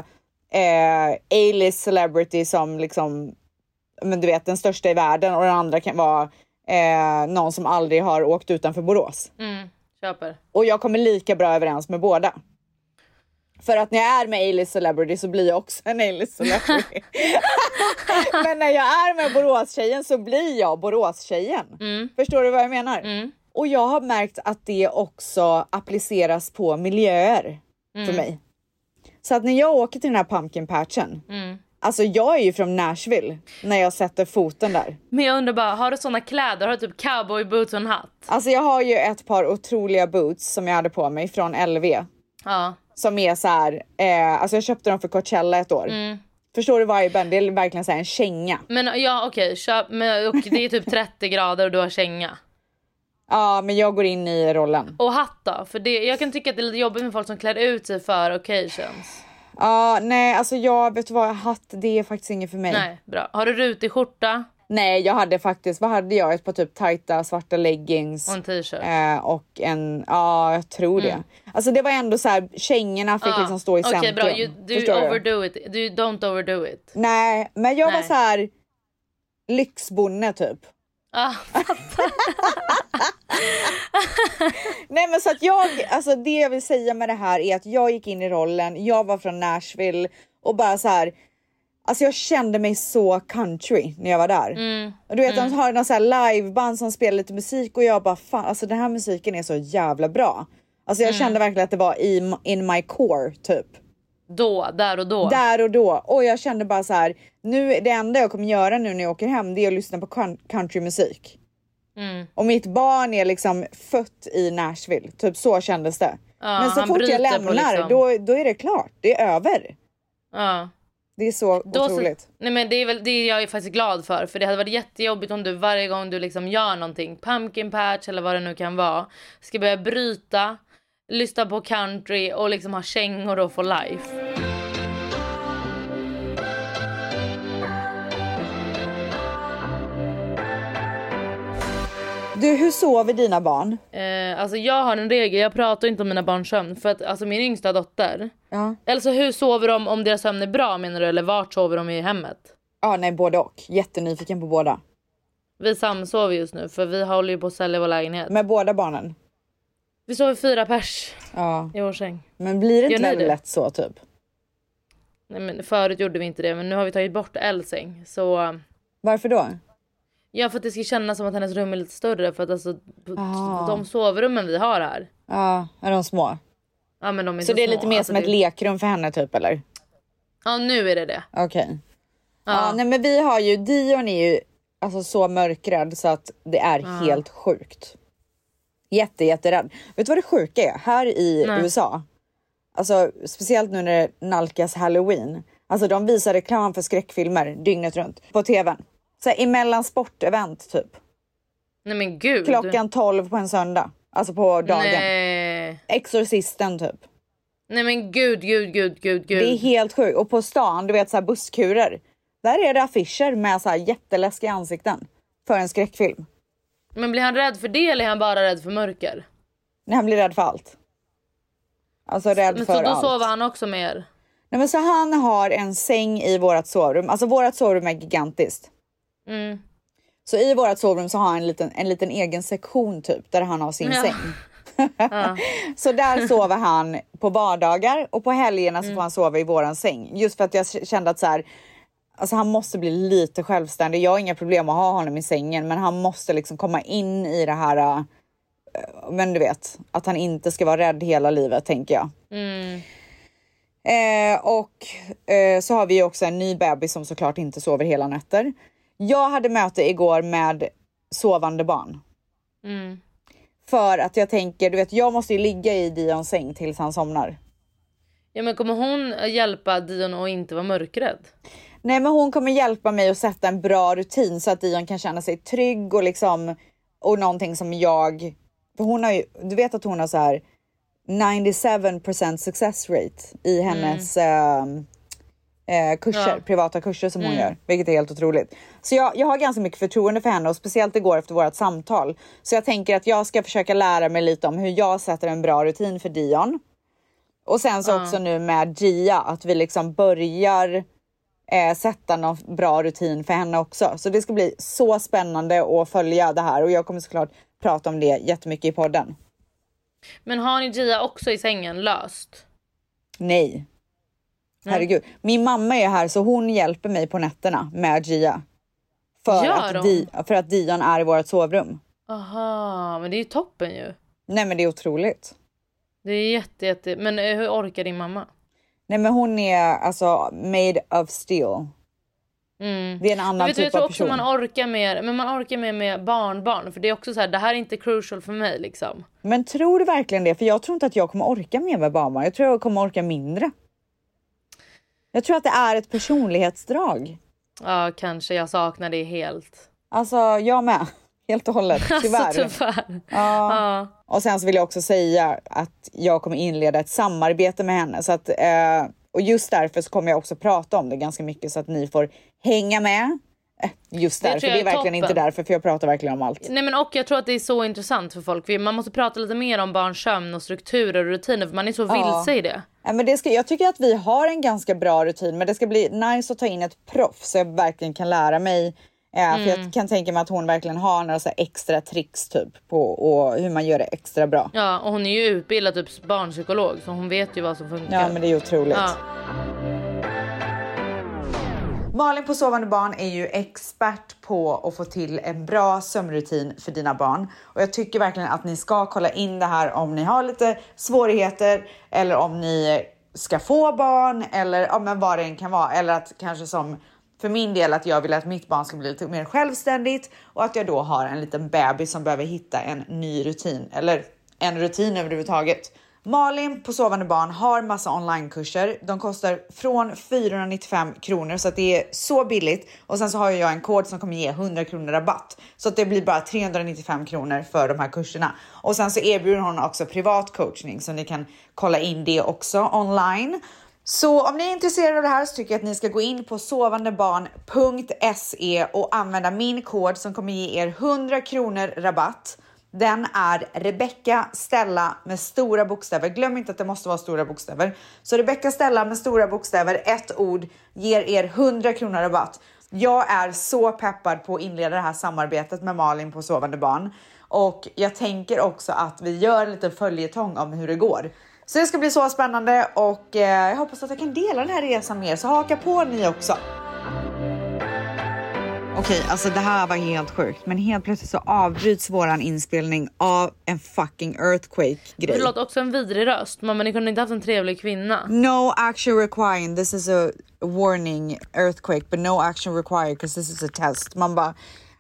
[SPEAKER 1] eh, A-list celebrity som liksom, men du vet den största i världen och den andra kan vara eh, någon som aldrig har åkt utanför Borås.
[SPEAKER 2] Mm. Köper.
[SPEAKER 1] Och jag kommer lika bra överens med båda. För att när jag är med A-list celebrity så blir jag också en A-list celebrity. Men när jag är med Boråstjejen så blir jag Boråstjejen. Förstår du vad jag menar? Och jag har märkt att det också appliceras på miljöer för mig. Så att när jag åker till den här pumpkin patchen, alltså jag är ju från Nashville när jag sätter foten där.
[SPEAKER 2] Men jag undrar bara, har du såna kläder? Har du typ cowboy boots och en hatt?
[SPEAKER 1] Alltså jag har ju ett par otroliga boots som jag hade på mig från LV.
[SPEAKER 2] Ja.
[SPEAKER 1] som är så här, eh, alltså jag köpte dem för Coachella ett år.
[SPEAKER 2] Mm.
[SPEAKER 1] Förstår du viben? Det är verkligen så här en känga.
[SPEAKER 2] Men ja okej, köp, men, och det är typ 30 grader och du har känga.
[SPEAKER 1] Ja, men jag går in i rollen.
[SPEAKER 2] Och hatt då? För det, jag kan tycka att det är lite jobbigt med folk som klär ut sig för occasions.
[SPEAKER 1] Ja, nej, alltså jag vet du vad, hatt, det är faktiskt inget för mig. Nej.
[SPEAKER 2] Nej, bra. Har du rutig skjorta
[SPEAKER 1] jag hade faktiskt, vad hade jag? Ett par typ tajta svarta leggings.
[SPEAKER 2] och en t-shirt?
[SPEAKER 1] Eh, och en, ja, jag tror det. Alltså det var ändå så här, kängorna fick
[SPEAKER 2] Mm. Ja.
[SPEAKER 1] liksom stå i
[SPEAKER 2] Ah, Okej,
[SPEAKER 1] centrum.
[SPEAKER 2] bra. You, du
[SPEAKER 1] Förstår du?
[SPEAKER 2] overdo it. Du don't overdo it.
[SPEAKER 1] Nej, men jag var
[SPEAKER 2] Nej.
[SPEAKER 1] så här lyxbonde typ.
[SPEAKER 2] Ah,
[SPEAKER 1] Nej men så att jag, alltså det jag vill säga med det här är att jag gick in i rollen, jag var från Nashville och bara så här. Alltså jag kände mig så country när jag var där. Och du vet de har någon så här liveband som spelar lite musik och jag bara fan alltså den här musiken är så jävla bra. Alltså jag kände verkligen att det var i, in my core typ.
[SPEAKER 2] då, där och då.
[SPEAKER 1] Där och då. Och jag kände bara så här nu det enda jag kommer göra nu när jag åker hem det är att lyssna på coun- countrymusik.
[SPEAKER 2] Mm.
[SPEAKER 1] Och mitt barn är liksom fött i Nashville. Typ så kändes det. Men så
[SPEAKER 2] han
[SPEAKER 1] fort
[SPEAKER 2] bryter
[SPEAKER 1] jag
[SPEAKER 2] på
[SPEAKER 1] lämnar
[SPEAKER 2] liksom-
[SPEAKER 1] då, då är det klart. Det är över.
[SPEAKER 2] Ja.
[SPEAKER 1] Det är så
[SPEAKER 2] Ah. Då så,
[SPEAKER 1] otroligt.
[SPEAKER 2] nej men det är väl det är jag är faktiskt glad för. För det hade varit jättejobbigt om du varje gång du liksom gör någonting, pumpkin patch eller vad det nu kan vara, ska börja bryta, lyssna på country och liksom ha kängor och få life.
[SPEAKER 1] Du, hur sover dina barn?
[SPEAKER 2] Eh, alltså jag har en regel, jag pratar inte om mina barns sömn för att alltså min yngsta dotter,
[SPEAKER 1] Ja.
[SPEAKER 2] eller så hur sover de om deras sömn är bra menar du eller vart sover de i hemmet?
[SPEAKER 1] Ja, nej, både och. Jättenyfiken på båda.
[SPEAKER 2] Vi samsover just nu för vi håller ju på att sälja vår lägenhet.
[SPEAKER 1] Med båda barnen?
[SPEAKER 2] Vi sover fyra pers
[SPEAKER 1] Ja.
[SPEAKER 2] i vår säng.
[SPEAKER 1] Men blir det
[SPEAKER 2] Gör
[SPEAKER 1] inte
[SPEAKER 2] ni
[SPEAKER 1] väldigt
[SPEAKER 2] det?
[SPEAKER 1] lätt så typ?
[SPEAKER 2] Nej, men förut gjorde vi inte det men nu har vi tagit bort Elsäng så
[SPEAKER 1] Varför då?
[SPEAKER 2] Ja för att det ska kännas som att hennes rum är lite större för att alltså p-
[SPEAKER 1] Ah.
[SPEAKER 2] de sovrummen vi har här.
[SPEAKER 1] Ja, är de små?
[SPEAKER 2] Ja men de är
[SPEAKER 1] Så det är
[SPEAKER 2] små.
[SPEAKER 1] lite mer
[SPEAKER 2] Alltså,
[SPEAKER 1] som ett
[SPEAKER 2] det-
[SPEAKER 1] lekrum för henne typ eller?
[SPEAKER 2] Ja nu är det det.
[SPEAKER 1] Okej.
[SPEAKER 2] Ja.
[SPEAKER 1] Ja, Ah, nej men vi har ju, Dion är ju alltså så mörkrädd så att det är helt sjukt. Jätte jätterädd. Vet du vad det sjuka är? Här i
[SPEAKER 2] Nej.
[SPEAKER 1] USA, alltså speciellt nu när det nalkas halloween, alltså de visar reklam för skräckfilmer dygnet runt på tvn. Så här, emellan sportevent typ.
[SPEAKER 2] Nej men gud.
[SPEAKER 1] Klockan 12 på en söndag, alltså på dagen.
[SPEAKER 2] Nej.
[SPEAKER 1] Exorcisten typ.
[SPEAKER 2] Nej men gud gud gud gud gud.
[SPEAKER 1] Det är helt sjukt. Och på stan, du vet så här busskurer. Där är det affischer med så här jätteläskiga ansikten för en skräckfilm.
[SPEAKER 2] Men blir han rädd för det eller är han bara rädd för mörker?
[SPEAKER 1] När han blir rädd för allt. Alltså rädd
[SPEAKER 2] Men
[SPEAKER 1] för
[SPEAKER 2] så då
[SPEAKER 1] allt.
[SPEAKER 2] sover han också med er?
[SPEAKER 1] Nej, men så han har en säng i vårt sovrum. Alltså vårt sovrum är gigantiskt.
[SPEAKER 2] Mm.
[SPEAKER 1] Så i vårt sovrum så har han en liten, en liten egen sektion typ där han har sin
[SPEAKER 2] Ja.
[SPEAKER 1] säng. så där sover han på vardagar och på helgerna så får han sova i våran säng. Just för att jag kände att så här, alltså han måste bli lite självständig. Jag har inga problem att ha honom i sängen men han måste liksom komma in i det här, äh, men du vet, att han inte ska vara rädd hela livet tänker jag.
[SPEAKER 2] Mm.
[SPEAKER 1] Eh, och eh, så har vi ju också en ny bebis som såklart inte sover hela nätter. Jag hade möte igår med sovande barn.
[SPEAKER 2] Mm.
[SPEAKER 1] För att jag tänker, du vet jag måste ju ligga i Dions säng tills han somnar.
[SPEAKER 2] Ja men kommer hon hjälpa Dion att inte vara mörkrädd?
[SPEAKER 1] Nej men hon kommer hjälpa mig att sätta en bra rutin så att Dion kan känna sig trygg och liksom och någonting som jag, för hon har ju, du vet att hon har så här 97% success rate i hennes ehm, eh, kurser,
[SPEAKER 2] Ja.
[SPEAKER 1] privata kurser som hon gör, vilket är helt otroligt. Så jag, jag har ganska mycket förtroende för henne och speciellt igår efter vårt samtal. Så jag tänker att jag ska försöka lära mig lite om hur jag sätter en bra rutin för Dion. Och sen så också nu med Gia, att vi liksom börjar eh, sätta någon bra rutin för henne också. Så det ska bli så spännande att följa det här och jag kommer såklart prata om det jättemycket i podden.
[SPEAKER 2] Men har ni Gia också i sängen löst?
[SPEAKER 1] Nej. Herregud. Min mamma är här så hon hjälper mig på nätterna med Gia. För,
[SPEAKER 2] Gör
[SPEAKER 1] att,
[SPEAKER 2] hon?
[SPEAKER 1] Di- för att Dion är i vårt sovrum.
[SPEAKER 2] Aha, men det är ju toppen ju.
[SPEAKER 1] Nej men det är otroligt.
[SPEAKER 2] Det är jätte, jätte... Men eh, hur orkar din mamma?
[SPEAKER 1] Nej men hon är alltså made of steel.
[SPEAKER 2] Mm.
[SPEAKER 1] Det är en
[SPEAKER 2] Men
[SPEAKER 1] annan
[SPEAKER 2] vet du, jag
[SPEAKER 1] typ
[SPEAKER 2] tror
[SPEAKER 1] av
[SPEAKER 2] också
[SPEAKER 1] person.
[SPEAKER 2] man orkar mer, men man orkar mer med barnbarn. För det är också så här, det här är inte crucial för mig liksom.
[SPEAKER 1] Men tror du verkligen det? För jag tror inte att jag kommer orka mer med barnbarn. Jag tror jag kommer orka mindre. Jag tror att det är ett personlighetsdrag.
[SPEAKER 2] Ja, kanske. Jag saknar det helt.
[SPEAKER 1] Alltså jag med. Helt och hållet, tyvärr.
[SPEAKER 2] Alltså tyvärr.
[SPEAKER 1] Ja.
[SPEAKER 2] Ja.
[SPEAKER 1] Och sen så vill jag också säga att jag kommer inleda ett samarbete med henne. Så att, eh, och just därför så kommer jag också prata om det ganska mycket så att ni får hänga med. Eh, Just
[SPEAKER 2] Det
[SPEAKER 1] därför,
[SPEAKER 2] tror
[SPEAKER 1] det,
[SPEAKER 2] jag
[SPEAKER 1] är
[SPEAKER 2] är
[SPEAKER 1] verkligen inte
[SPEAKER 2] toppen.
[SPEAKER 1] därför för jag pratar verkligen om allt.
[SPEAKER 2] Nej men och jag tror att det är så intressant för folk. Vi- Man måste prata lite mer om barns sömn och strukturer och rutiner för man är så vilse i det.
[SPEAKER 1] Ja, men det ska, jag tycker att vi har en ganska bra rutin, men det ska bli nice att ta in ett proffs så jag verkligen kan lära mig. Eh, För
[SPEAKER 2] Mm.
[SPEAKER 1] jag kan tänka mig att hon verkligen har några så här extra tricks typ på och hur man gör det extra bra.
[SPEAKER 2] Ja och hon är ju utbildad typ barnpsykolog så hon vet ju vad som funkar.
[SPEAKER 1] Ja, men det är otroligt.
[SPEAKER 2] Ja.
[SPEAKER 1] Malin på sovande barn är ju expert på att få till en bra sömnrutin för dina barn och jag tycker verkligen att ni ska kolla in det här om ni har lite svårigheter eller om ni ska få barn eller ja, men vad det än kan vara eller att kanske som för min del att jag vill att mitt barn ska bli lite mer självständigt och att jag då har en liten bebis som behöver hitta en ny rutin eller en rutin överhuvudtaget. Malin på Sovande Barn har massa onlinekurser. De kostar från 495 kronor så att det är så billigt. Och sen så har jag en kod som kommer ge 100 kronor rabatt. Så att det blir bara 395 kronor för de här kurserna. Och sen så erbjuder hon också privat coachning så ni kan kolla in det också online. Så om ni är intresserade av det här så tycker jag att ni ska gå in på sovandebarn.se och använda min kod som kommer ge er 100 kronor rabatt. Den är Rebecca Stella med stora bokstäver. Glöm inte att det måste vara stora bokstäver. Så Rebecca Stella med stora bokstäver, ett ord, ger er 100 kronor rabatt. Jag är så peppad på att inleda det här samarbetet med Malin på Sovande Barn och jag tänker också att vi gör en liten följetong om hur det går. Så det ska bli så spännande och eh, jag hoppas att jag kan dela den här resan med er så haka på ni också. Okej, alltså det här var helt sjukt, men helt plötsligt så avbryts våran inspelning av en fucking earthquake grej.
[SPEAKER 2] Det låter också en vidrig röst. Mamma ni kunde inte haft en trevlig kvinna.
[SPEAKER 1] No action required. This is a warning earthquake, but no action required because this is a test. Man bara,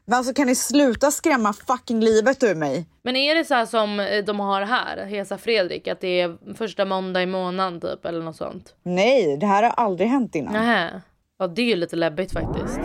[SPEAKER 1] men alltså kan ni sluta skrämma fucking livet ur mig?
[SPEAKER 2] Men är det så här som eh, de har här, Hesa Fredrik, att det är första måndag i månaden typ eller något sånt?
[SPEAKER 1] Nej, det här har aldrig hänt innan.
[SPEAKER 2] Nähä. Ja det är ju lite läbbigt faktiskt.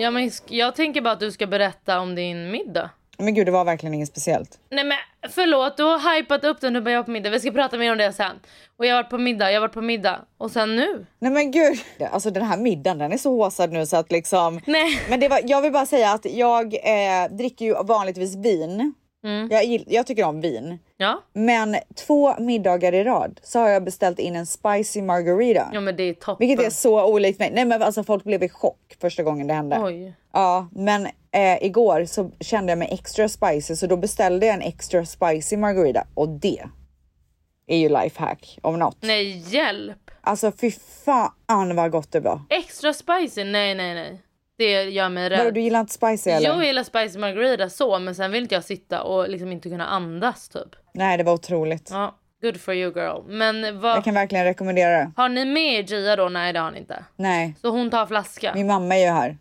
[SPEAKER 2] Ja, men sk- jag tänker bara att du ska berätta om din middag.
[SPEAKER 1] Men gud, det var verkligen inget speciellt.
[SPEAKER 2] Nej men förlåt, du har hypat upp den nu bara jag var på middag. Vi ska prata mer om det sen. Och jag har varit på middag, jag har varit på middag. Och sen nu.
[SPEAKER 1] Nej men gud, alltså den här middagen den är så håsad nu så att liksom.
[SPEAKER 2] Nej.
[SPEAKER 1] Men det var, jag vill bara säga att jag eh, dricker ju vanligtvis vin.
[SPEAKER 2] Mm.
[SPEAKER 1] Jag, gill- jag tycker om vin.
[SPEAKER 2] Ja,
[SPEAKER 1] Men två middagar i rad så har jag beställt in en spicy margarita.
[SPEAKER 2] ja men det är toppen.
[SPEAKER 1] Vilket är så olikt mig. Nej men alltså folk blev i chock första gången det hände.
[SPEAKER 2] Oj.
[SPEAKER 1] Ja, men eh, igår så kände jag mig extra spicy så då beställde jag en extra spicy margarita och det är ju lifehack om något.
[SPEAKER 2] Nej hjälp.
[SPEAKER 1] Alltså fy fan vad gott det var.
[SPEAKER 2] Extra spicy? Nej nej nej. Det gör mig
[SPEAKER 1] Vadå,
[SPEAKER 2] rädd.
[SPEAKER 1] du gillar inte spicy
[SPEAKER 2] Jo,
[SPEAKER 1] eller?
[SPEAKER 2] jag gillar spicy margarita så, men sen vill inte jag sitta och liksom inte kunna andas typ.
[SPEAKER 1] Nej, det var otroligt.
[SPEAKER 2] Ja, good for you girl. Men vad...
[SPEAKER 1] Jag kan verkligen rekommendera det.
[SPEAKER 2] Har ni med er Gia då? Nej, det har ni inte.
[SPEAKER 1] Nej,
[SPEAKER 2] Så hon tar flaska?
[SPEAKER 1] min mamma är ju här.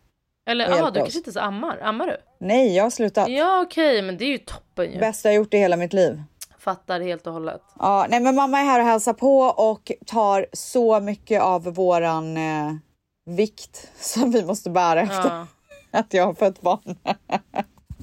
[SPEAKER 2] Eller
[SPEAKER 1] och
[SPEAKER 2] ja,
[SPEAKER 1] hjälper
[SPEAKER 2] du
[SPEAKER 1] oss.
[SPEAKER 2] kanske inte så ammar? Ammar du?
[SPEAKER 1] Nej, jag har slutat.
[SPEAKER 2] Ja, okej, men det är ju toppen ju.
[SPEAKER 1] Bästa jag gjort i hela mitt liv.
[SPEAKER 2] Fattar helt och hållet.
[SPEAKER 1] Ja, nej, men mamma är här och hälsar på och tar så mycket av våran eh, vikt som vi måste bära efter
[SPEAKER 2] Ja.
[SPEAKER 1] att jag har fött barn.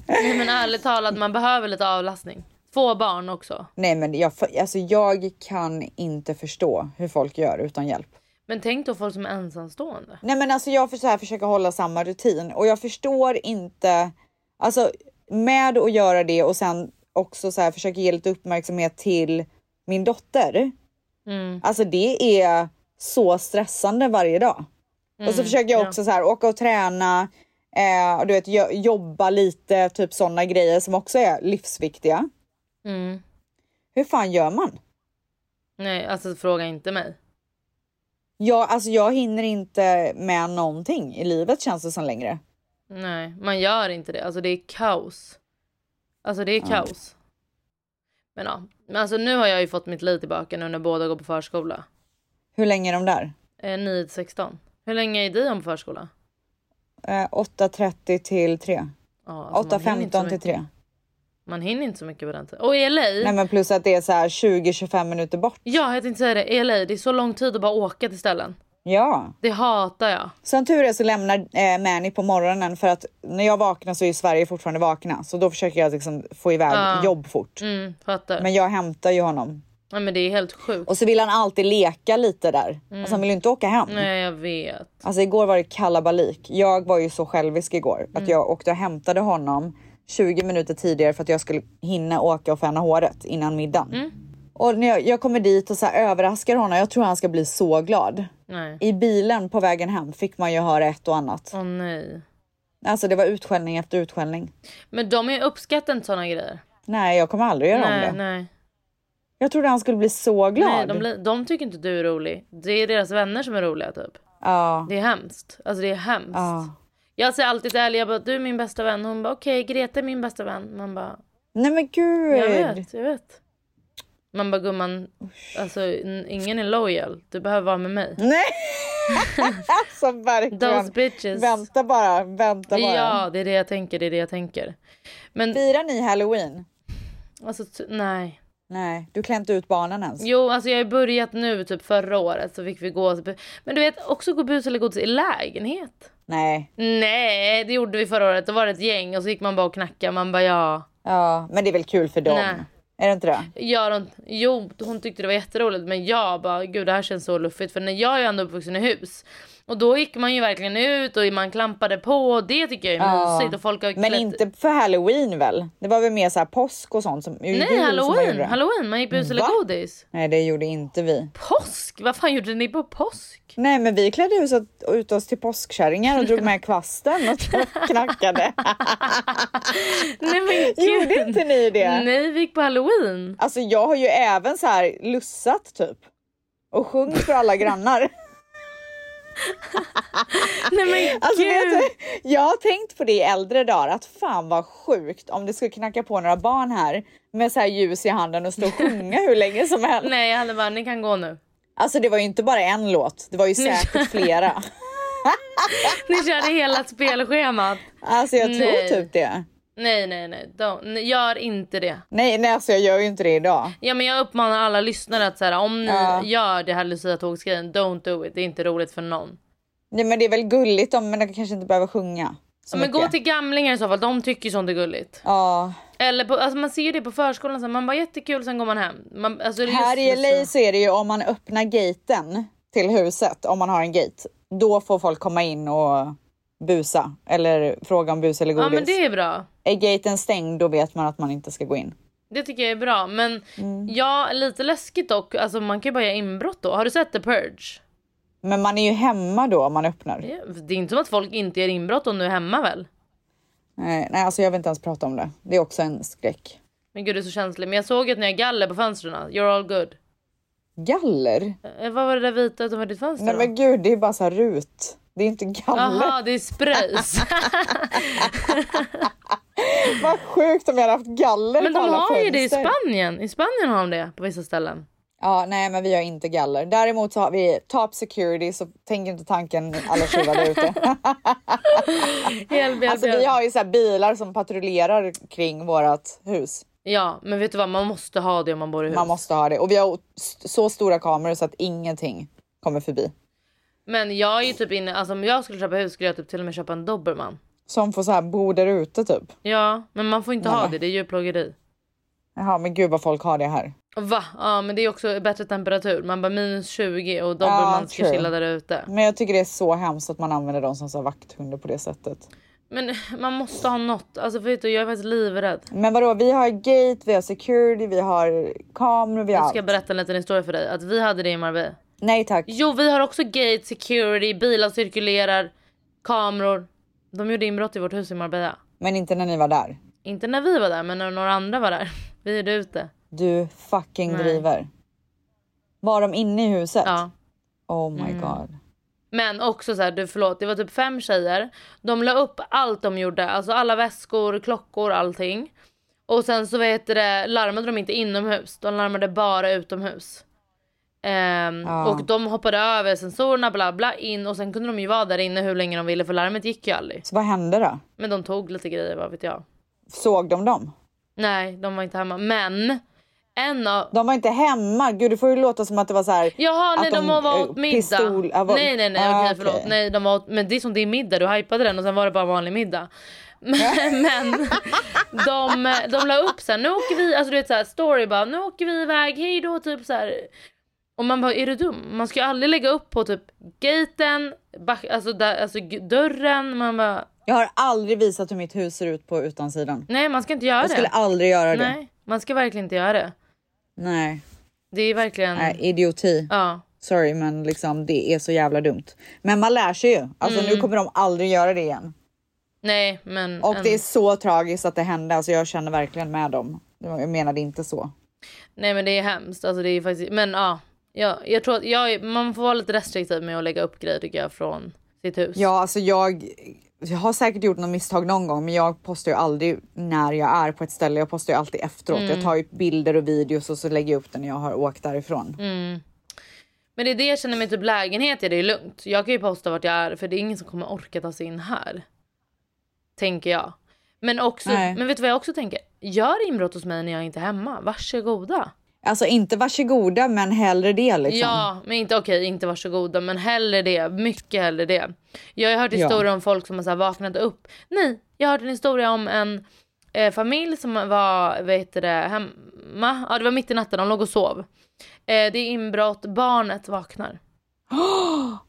[SPEAKER 2] Nej, men ärligt talat, man behöver lite avlastning. Två barn också.
[SPEAKER 1] nej, men jag, alltså, jag kan inte förstå hur folk gör utan hjälp.
[SPEAKER 2] Men tänk då folk som är ensamstående.
[SPEAKER 1] Nej men alltså jag för så här försöker hålla samma rutin och jag förstår inte, alltså med att göra det och sen också så här försöka ge lite uppmärksamhet till min dotter.
[SPEAKER 2] Mm.
[SPEAKER 1] Alltså det är så stressande varje dag. och
[SPEAKER 2] Mm,
[SPEAKER 1] så försöker jag också så här åka och träna, eh, och du vet jo- jobba lite, typ sådana grejer som också är livsviktiga.
[SPEAKER 2] Mm.
[SPEAKER 1] Hur fan gör man?
[SPEAKER 2] Nej, alltså fråga inte mig.
[SPEAKER 1] Jag, alltså jag hinner inte med någonting i livet känns det som längre.
[SPEAKER 2] Nej, man gör inte det. Alltså det är kaos. Alltså det är kaos. Men ja, men alltså nu har jag ju fått mitt liv tillbaka nu när båda går på förskola.
[SPEAKER 1] Hur länge är de där?
[SPEAKER 2] Eh, 9 till 16. Hur länge är Dion på förskola?
[SPEAKER 1] Eh, 8.30 till 3.
[SPEAKER 2] Ja, alltså, man hinner inte
[SPEAKER 1] 8.15 till
[SPEAKER 2] så mycket.
[SPEAKER 1] 3.
[SPEAKER 2] Man hinner inte så mycket på den tiden. Och i LA,
[SPEAKER 1] Nej, men plus att det är så här 20-25 minuter bort.
[SPEAKER 2] ja jag tänkte säga det, i LA, det är så lång tid att bara åka till ställen.
[SPEAKER 1] Ja.
[SPEAKER 2] Det hatar jag.
[SPEAKER 1] Som tur är så lämnar eh, Mani på morgonen för att när jag vaknar så är ju Sverige fortfarande vakna. Så då försöker jag liksom få iväg
[SPEAKER 2] Ja.
[SPEAKER 1] jobb fort.
[SPEAKER 2] Mm, fattar. Men...
[SPEAKER 1] Men jag hämtar ju honom.
[SPEAKER 2] Ja, men det är helt sjukt.
[SPEAKER 1] Och så vill han alltid leka lite där. Alltså han vill ju inte åka hem.
[SPEAKER 2] Nej jag vet.
[SPEAKER 1] Alltså igår var det kalabalik. Jag var ju så självisk igår
[SPEAKER 2] Mm.
[SPEAKER 1] att jag åkte och hämtade honom 20 minuter tidigare för att jag skulle hinna åka och färna håret innan middagen.
[SPEAKER 2] Mm.
[SPEAKER 1] Och när jag, jag kommer dit och så här överraskar honom. Jag tror han ska bli så glad.
[SPEAKER 2] Nej.
[SPEAKER 1] I bilen på vägen hem fick man ju höra ett och annat.
[SPEAKER 2] Åh nej.
[SPEAKER 1] Alltså det var utskällning efter utskällning.
[SPEAKER 2] Men de är uppskattar inte såna grejer.
[SPEAKER 1] Nej, jag kommer aldrig göra om
[SPEAKER 2] Nej,
[SPEAKER 1] det.
[SPEAKER 2] nej.
[SPEAKER 1] Jag trodde han skulle bli så glad.
[SPEAKER 2] nej de, blir- de tycker inte du är rolig. Det är deras vänner som är roliga typ.
[SPEAKER 1] Ja,
[SPEAKER 2] Det är hemskt. Alltså det är hemskt.
[SPEAKER 1] ja.
[SPEAKER 2] Jag säger alltid till Ellie, jag bara du är min bästa vän. Hon bara okej Greta är min bästa vän. Man bara
[SPEAKER 1] Nej men gud.
[SPEAKER 2] jag vet, jag vet. Man bara gumman, alltså n- ingen är loyal. Du behöver vara med mig.
[SPEAKER 1] Nej. alltså
[SPEAKER 2] Those
[SPEAKER 1] verkligen.
[SPEAKER 2] bitches.
[SPEAKER 1] Vänta bara, vänta bara.
[SPEAKER 2] Ja det är det jag tänker, det är det jag tänker. Men
[SPEAKER 1] Firar ni halloween?
[SPEAKER 2] alltså t- nej.
[SPEAKER 1] Nej, du klär inte ut barnen ens.
[SPEAKER 2] Jo, alltså jag har ju börjat nu, typ förra året så fick vi gå. Men du vet, också gå bus eller godis i lägenhet.
[SPEAKER 1] Nej,
[SPEAKER 2] Nej, det gjorde vi förra året. Då var det ett gäng och så gick man bara och knackade. Man bara ja.
[SPEAKER 1] ja, men det är väl kul för dem?
[SPEAKER 2] Nej.
[SPEAKER 1] Är det inte det?
[SPEAKER 2] Gör hon, jo, hon tyckte det var jätteroligt men jag bara gud det här känns så luffigt för när jag är ändå uppvuxen i hus och då gick man ju verkligen ut och man klampade på och det tycker jag är
[SPEAKER 1] Ja.
[SPEAKER 2] mysigt och folk har
[SPEAKER 1] Men
[SPEAKER 2] klätt-
[SPEAKER 1] inte för halloween väl? Det var väl mer så här påsk och sånt som... jul som
[SPEAKER 2] Nej
[SPEAKER 1] man
[SPEAKER 2] halloween,
[SPEAKER 1] gjorde det.
[SPEAKER 2] halloween man gick bus eller
[SPEAKER 1] Va?
[SPEAKER 2] godis.
[SPEAKER 1] Nej, det gjorde inte vi.
[SPEAKER 2] Påsk, vad fan gjorde ni på påsk?
[SPEAKER 1] Nej, men vi klädde ut oss, ut oss till påskkärringar och drog med kvasten och knackade.
[SPEAKER 2] Nej men gud.
[SPEAKER 1] Gjorde inte ni det?
[SPEAKER 2] Nej vi gick på halloween.
[SPEAKER 1] Alltså, jag har ju även så här lussat typ och sjungit för alla grannar.
[SPEAKER 2] Nej men
[SPEAKER 1] Alltså, vet
[SPEAKER 2] gud.
[SPEAKER 1] du, jag har tänkt på det i äldre dagar att fan vad sjukt om det skulle knacka på några barn här med så här ljus i handen och stå och sjunga hur länge som helst.
[SPEAKER 2] Nej jag hade bara ni kan gå nu.
[SPEAKER 1] Alltså det var ju inte bara en låt, det var ju säkert flera.
[SPEAKER 2] Ni körde hela spelschemat.
[SPEAKER 1] Alltså jag
[SPEAKER 2] Nej.
[SPEAKER 1] tror typ det.
[SPEAKER 2] Nej nej nej, don't. gör inte det.
[SPEAKER 1] Nej, nej alltså jag gör ju inte det idag.
[SPEAKER 2] Ja men jag uppmanar alla lyssnare att så här, om ni
[SPEAKER 1] Ja.
[SPEAKER 2] gör det här luciatågsgrejen, don't do it. Det är inte roligt för någon.
[SPEAKER 1] Nej men det är väl gulligt om men jag kanske inte behöver sjunga. Så
[SPEAKER 2] Ja, men gå
[SPEAKER 1] mycket.
[SPEAKER 2] till gamlingar i så fall, de tycker ju sånt är gulligt.
[SPEAKER 1] Ja,
[SPEAKER 2] Eller på, alltså man ser ju det på förskolan, så här, man bara jättekul, sen går man hem. Man, alltså, det är
[SPEAKER 1] här i
[SPEAKER 2] just-
[SPEAKER 1] LA så är det ju om man öppnar gaten till huset, om man har en gate, då får folk komma in och busa eller fråga om bus eller godis.
[SPEAKER 2] Ja men det är bra.
[SPEAKER 1] Är gaten stängd då vet man att man inte ska gå in.
[SPEAKER 2] Det tycker jag är bra. Men
[SPEAKER 1] Mm.
[SPEAKER 2] ja, lite läskigt dock. Alltså man kan ju bara göra inbrott då. Har du sett The Purge?
[SPEAKER 1] Men man är ju hemma då om man öppnar.
[SPEAKER 2] Ja, Det är inte som att folk inte gör inbrott om du är hemma väl?
[SPEAKER 1] Nej, nej, alltså jag vill inte ens prata om det. Det är också en skräck.
[SPEAKER 2] Men gud du är så känslig. Men jag såg att ni har galler på fönstren. You're all good.
[SPEAKER 1] Galler?
[SPEAKER 2] Eh, vad var det där vita utanför ditt fönster
[SPEAKER 1] Nej
[SPEAKER 2] då?
[SPEAKER 1] men gud, det är bara så här rut. Det är inte galler.
[SPEAKER 2] Jaha, det är sprays.
[SPEAKER 1] Vad sjukt om jag hade haft galler
[SPEAKER 2] Men
[SPEAKER 1] på
[SPEAKER 2] de
[SPEAKER 1] alla
[SPEAKER 2] har ju det i
[SPEAKER 1] fönster.
[SPEAKER 2] Spanien. I Spanien har de det på vissa ställen.
[SPEAKER 1] Ja, nej, men vi har inte galler. Däremot så har vi top security, så tänk inte tanken alla tjuvar där ute.
[SPEAKER 2] Hjälp, hjälp,
[SPEAKER 1] alltså, vi
[SPEAKER 2] hjälp.
[SPEAKER 1] har ju så här bilar som patrullerar kring vårat hus.
[SPEAKER 2] Ja, men vet du vad? Man måste ha det om man bor i hus.
[SPEAKER 1] Man måste ha det och vi har st- så stora kameror så att ingenting kommer förbi
[SPEAKER 2] Men jag är ju typ inne, alltså om jag skulle köpa hus skulle jag typ till och med köpa en dobermann.
[SPEAKER 1] som får så här bo där ute typ.
[SPEAKER 2] Ja, men man får inte ha det. Det är djurplågeri.
[SPEAKER 1] Jaha, men gud vad folk har det här.
[SPEAKER 2] Va? Ja, men det är också bättre temperatur. Man bara minus 20 och dobermann ska
[SPEAKER 1] true.
[SPEAKER 2] chilla där ute.
[SPEAKER 1] Men jag tycker det är så hemskt att man använder dem som så här vakthundar på det sättet.
[SPEAKER 2] Men man måste ha något. Alltså vet du, jag är faktiskt livrädd.
[SPEAKER 1] Men vadå, vi har gate, vi har security, vi har kameror, vi har
[SPEAKER 2] Jag ska
[SPEAKER 1] allt.
[SPEAKER 2] berätta en liten historia för dig. Att vi hade det i Marbella.
[SPEAKER 1] Nej tack.
[SPEAKER 2] Jo, vi har också gate, security, bilar cirkulerar, kameror. De gjorde inbrott i vårt hus i Marbella.
[SPEAKER 1] Men inte när ni var där.
[SPEAKER 2] Inte när vi var där, men när några andra var där. Vi hyrde ut det.
[SPEAKER 1] Du fucking
[SPEAKER 2] Nej.
[SPEAKER 1] driver. Var de inne i huset?
[SPEAKER 2] Ja. Mm.
[SPEAKER 1] Oh my god.
[SPEAKER 2] Men också så här, du förlåt, det var typ fem tjejer. De la upp allt de gjorde, alltså alla väskor, klockor, allting. Och sen så vad heter det, larmade de inte inomhus, de larmade bara utomhus. Ehm,
[SPEAKER 1] Ja.
[SPEAKER 2] Och de hoppade över sensorerna, bla bla, in och sen kunde de ju vara där inne hur länge de ville för larmet gick ju aldrig.
[SPEAKER 1] Så vad hände då?
[SPEAKER 2] Men de tog lite grejer, vad vet jag.
[SPEAKER 1] Såg de dem?
[SPEAKER 2] Nej, de var inte hemma. Men en av...
[SPEAKER 1] De var inte hemma. Gud, det får ju låta som att det var så här.
[SPEAKER 2] Jaha,
[SPEAKER 1] att
[SPEAKER 2] nej de, var
[SPEAKER 1] eh,
[SPEAKER 2] åt middag.
[SPEAKER 1] pistol- ja, var-
[SPEAKER 2] Nej nej nej
[SPEAKER 1] Ah,
[SPEAKER 2] okej förlåt. Nej, de var åt, men det är som din middag, du hypade den och sen var det bara vanlig middag. Men, men de, de la upp såhär, nu åker vi, alltså du vet såhär story bara, nu åker vi iväg, hej då typ såhär. Och man bara, är du dum? Man ska ju aldrig lägga upp på typ gaten, back, alltså, där, alltså g- dörren, man bara,
[SPEAKER 1] Jag har aldrig visat hur mitt hus ser ut på utansidan.
[SPEAKER 2] nej man ska inte göra
[SPEAKER 1] Jag skulle
[SPEAKER 2] det.
[SPEAKER 1] aldrig göra det.
[SPEAKER 2] Nej, man ska verkligen inte göra det.
[SPEAKER 1] Nej.
[SPEAKER 2] Det är verkligen,
[SPEAKER 1] Nej, idioti.
[SPEAKER 2] ja.
[SPEAKER 1] Sorry, men liksom det är så jävla dumt. Men man lär sig ju. Alltså
[SPEAKER 2] Mm.
[SPEAKER 1] nu kommer de aldrig göra det igen.
[SPEAKER 2] Nej men.
[SPEAKER 1] Och
[SPEAKER 2] en-
[SPEAKER 1] det är så tragiskt att det hände. Alltså jag känner verkligen med dem. Jag menade inte så.
[SPEAKER 2] Nej men det är hemskt. Alltså, det är faktiskt... Men ja, ja jag tror att jag, är- man får vara lite restriktiv med att lägga upp grejer tycker jag från sitt hus.
[SPEAKER 1] Ja, alltså jag, jag har säkert gjort något misstag någon gång, men jag postar ju aldrig när jag är på ett ställe. Jag postar ju alltid efteråt. Jag
[SPEAKER 2] Mm.
[SPEAKER 1] tar ju bilder och videos och så lägger jag upp det när jag har åkt därifrån.
[SPEAKER 2] Mm. Men det är det jag känner med typ lägenhet, ja, det är lugnt. Jag kan ju posta vart jag är för det är ingen som kommer orka ta sig in här. Tänker jag. Men också,
[SPEAKER 1] Nej.
[SPEAKER 2] men vet du vad jag också tänker? Gör inbrott hos mig när jag inte är hemma. Varsågoda.
[SPEAKER 1] Alltså inte varsågoda, men hellre det liksom.
[SPEAKER 2] Ja, men inte okej, inte varsågoda, men hellre det. Mycket hellre det. Jag har ju hört
[SPEAKER 1] Ja.
[SPEAKER 2] historier om folk som har så här vaknat upp. Nej, jag har hört en historia om en eh, familj som var, vad heter det, hemma. Ja, det var mitt i natten, de låg och sov. Eh, det är inbrott, barnet vaknar.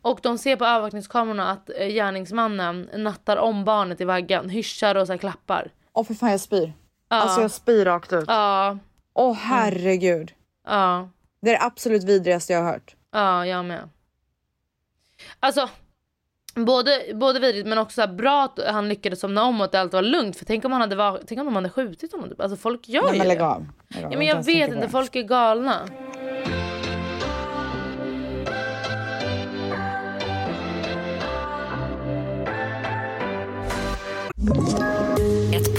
[SPEAKER 2] Och de ser på övervakningskamerorna att eh, gärningsmannen nattar om barnet i vaggan, hyschar och så här klappar.
[SPEAKER 1] Åh för fan, jag spyr.
[SPEAKER 2] Ja, Mm.
[SPEAKER 1] Alltså jag spyr rakt ut.
[SPEAKER 2] ja,
[SPEAKER 1] Åh herregud.
[SPEAKER 2] ja.
[SPEAKER 1] Det är det absolut vidrigaste jag har hört.
[SPEAKER 2] Ja, jag med. Alltså, både, både vidrigt men också så här bra att han lyckades somna om och att allt var lugnt. För tänk om, han hade var, tänk om de hade skjutit honom. Typ. Alltså folk gör
[SPEAKER 1] Nej
[SPEAKER 2] ju
[SPEAKER 1] men lägg
[SPEAKER 2] det.
[SPEAKER 1] av. Lägg av.
[SPEAKER 2] Ja, men jag
[SPEAKER 1] inte ens
[SPEAKER 2] vet
[SPEAKER 1] tänka på
[SPEAKER 2] inte,
[SPEAKER 1] det.
[SPEAKER 2] folk är galna.
[SPEAKER 3] Ett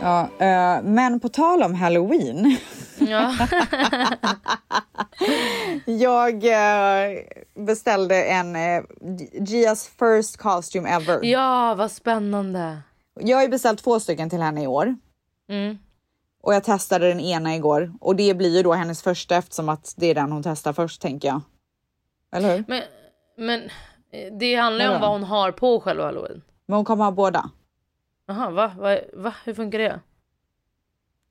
[SPEAKER 1] Ja, eh, men på tal om halloween.
[SPEAKER 2] Ja.
[SPEAKER 1] Jag eh, beställde en eh, Gias first costume ever.
[SPEAKER 2] ja, vad spännande.
[SPEAKER 1] Jag har ju beställt två stycken till henne i år.
[SPEAKER 2] Mm.
[SPEAKER 1] Och jag testade den ena igår och det blir ju då hennes första eftersom att det är den hon testar först tänker jag. Eller hur?
[SPEAKER 2] Men, men eh, det handlar ju om
[SPEAKER 1] Vadå?
[SPEAKER 2] vad hon har på själva halloween.
[SPEAKER 1] Men hon kommer ha båda.
[SPEAKER 2] Jaha, va? va? va? Hur funkar det?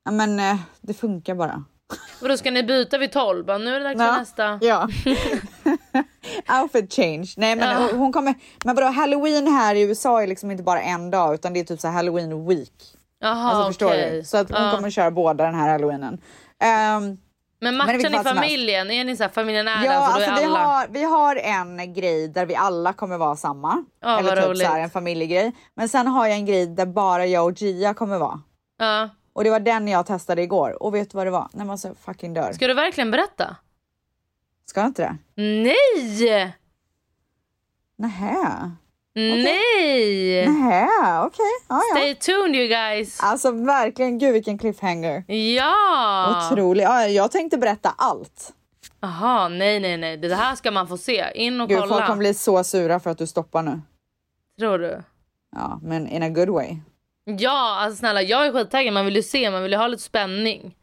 [SPEAKER 1] Ja, Men eh, det funkar bara.
[SPEAKER 2] Vadå, ska ni byta vid tolv? Bara, Nu är det dags
[SPEAKER 1] Ja.
[SPEAKER 2] för nästa.
[SPEAKER 1] Ja. Outfit change. Nej men hon- hon kommer, men vadå halloween här i USA är liksom inte bara en dag utan det är typ så här halloween week.
[SPEAKER 2] Jaha
[SPEAKER 1] Alltså förstår
[SPEAKER 2] Ah, okej.
[SPEAKER 1] du? Så att hon
[SPEAKER 2] Ja.
[SPEAKER 1] kommer köra båda den här halloweenen. Ehm,
[SPEAKER 2] Men
[SPEAKER 1] Men i
[SPEAKER 2] matchen
[SPEAKER 1] vilket
[SPEAKER 2] i
[SPEAKER 1] fall som helst.
[SPEAKER 2] familjen, är ni så här, familjen är
[SPEAKER 1] ja,
[SPEAKER 2] där så då
[SPEAKER 1] alltså,
[SPEAKER 2] är
[SPEAKER 1] vi,
[SPEAKER 2] alla...
[SPEAKER 1] har, vi har en grej där vi alla kommer vara samma.
[SPEAKER 2] Ja, vad
[SPEAKER 1] Eller typ
[SPEAKER 2] roligt.
[SPEAKER 1] så här, en familjegrej. Men sen har jag en grej där bara jag och Gia kommer vara.
[SPEAKER 2] Ja.
[SPEAKER 1] Och det var den jag testade igår. Och vet du vad det var? Nej man så fucking dör.
[SPEAKER 2] Ska du verkligen berätta?
[SPEAKER 1] Ska jag inte det?
[SPEAKER 2] Nej!
[SPEAKER 1] Nähä.
[SPEAKER 2] Nej!
[SPEAKER 1] Nähä, okej. Ja, ja.
[SPEAKER 2] Eh. Stay tuned you guys!
[SPEAKER 1] Alltså verkligen, gud vilken cliffhanger.
[SPEAKER 2] Ja!
[SPEAKER 1] Otrolig. Ja, jag tänkte berätta allt.
[SPEAKER 2] Jaha, nej nej nej. Det här ska man få se. In och
[SPEAKER 1] Gud, folk
[SPEAKER 2] kolla.
[SPEAKER 1] kommer bli så sura för att du stoppar nu.
[SPEAKER 2] Tror du?
[SPEAKER 1] Ja, men in a good way.
[SPEAKER 2] Ja, alltså snälla jag är skittaggad. Man vill ju se, man vill ju ha lite spänning.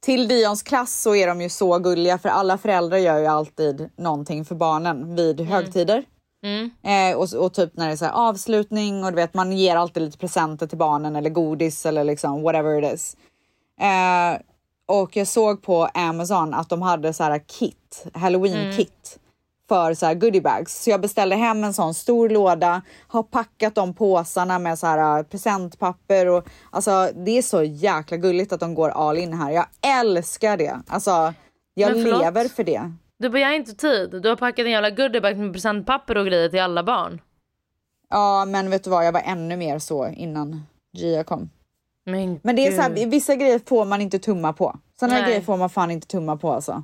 [SPEAKER 1] Till Dions klass så är de ju så gulliga för alla föräldrar gör ju alltid någonting för barnen vid högtider.
[SPEAKER 2] Mm.
[SPEAKER 1] Eh, och, och typ när det är så här avslutning och du vet man ger alltid lite presenter till barnen eller godis eller liksom whatever it is. Eh, och jag såg på Amazon att de hade så här kit, halloween
[SPEAKER 2] Mm.
[SPEAKER 1] kit för så här goodiebags. Så jag beställde hem en sån stor låda, har packat de påsarna med så här eh, presentpapper och alltså det är så jäkla gulligt att de går all in här. Jag älskar det. Alltså jag
[SPEAKER 2] Men förlåt?
[SPEAKER 1] lever för det.
[SPEAKER 2] Du bara, jag har inte tid. Du har packat en jävla goodiebag med presentpapper och grejer till alla barn.
[SPEAKER 1] Ja, men vet du vad? Jag var ännu mer så innan Gia kom.
[SPEAKER 2] Men,
[SPEAKER 1] Men det är så
[SPEAKER 2] gud.
[SPEAKER 1] här, vissa grejer får man inte tumma på. Sådana här
[SPEAKER 2] Nej.
[SPEAKER 1] grejer får man fan inte tumma på alltså.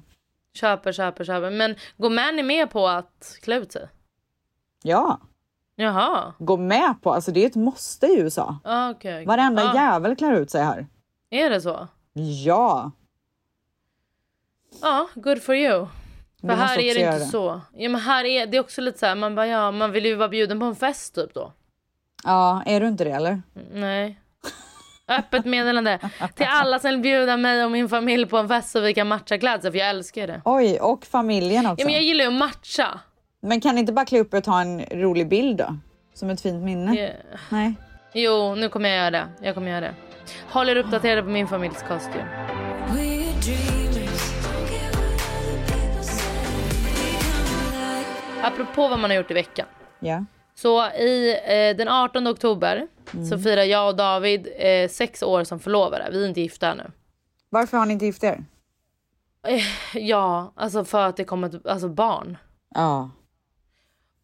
[SPEAKER 2] Köper, köper, köper. Men går Manny med på att klä ut sig?
[SPEAKER 1] Ja,
[SPEAKER 2] Jaha.
[SPEAKER 1] gå med på. Alltså det är ett måste i USA.
[SPEAKER 2] Ah, okej, okej.
[SPEAKER 1] Varenda
[SPEAKER 2] Ah,
[SPEAKER 1] jävel klär ut sig här.
[SPEAKER 2] Är det så?
[SPEAKER 1] Ja,
[SPEAKER 2] Ja, good for you. För
[SPEAKER 1] Vi måste
[SPEAKER 2] här är
[SPEAKER 1] också
[SPEAKER 2] det inte
[SPEAKER 1] göra det.
[SPEAKER 2] så. Ja, men här är det är också lite så här, man bara, ja, man vill ju vara bjuden på en fest typ då.
[SPEAKER 1] ja, är du inte det eller?
[SPEAKER 2] Nej. Öppet meddelande till alla som vill bjuda mig och min familj på en fest så vi kan matcha klädsel för jag älskar det.
[SPEAKER 1] Oj, och familjen också.
[SPEAKER 2] Ja, men jag gillar ju att matcha.
[SPEAKER 1] Men kan ni inte bara klä upp er och ta en rolig bild då? Som ett fint minne?
[SPEAKER 2] Ja.
[SPEAKER 1] Nej.
[SPEAKER 2] Jo, nu kommer jag göra det. Jag kommer göra det. Håll er uppdaterade på min familjs kostym. Apropå vad man har gjort i veckan.
[SPEAKER 1] Ja.
[SPEAKER 2] Så i, eh, den 18 oktober så
[SPEAKER 1] Mm.
[SPEAKER 2] firar jag och David eh, sex år som förlovade. Vi är inte gifta ännu.
[SPEAKER 1] Varför har ni inte gift er?
[SPEAKER 2] Ja, alltså för att det kommer ett alltså barn.
[SPEAKER 1] Ja.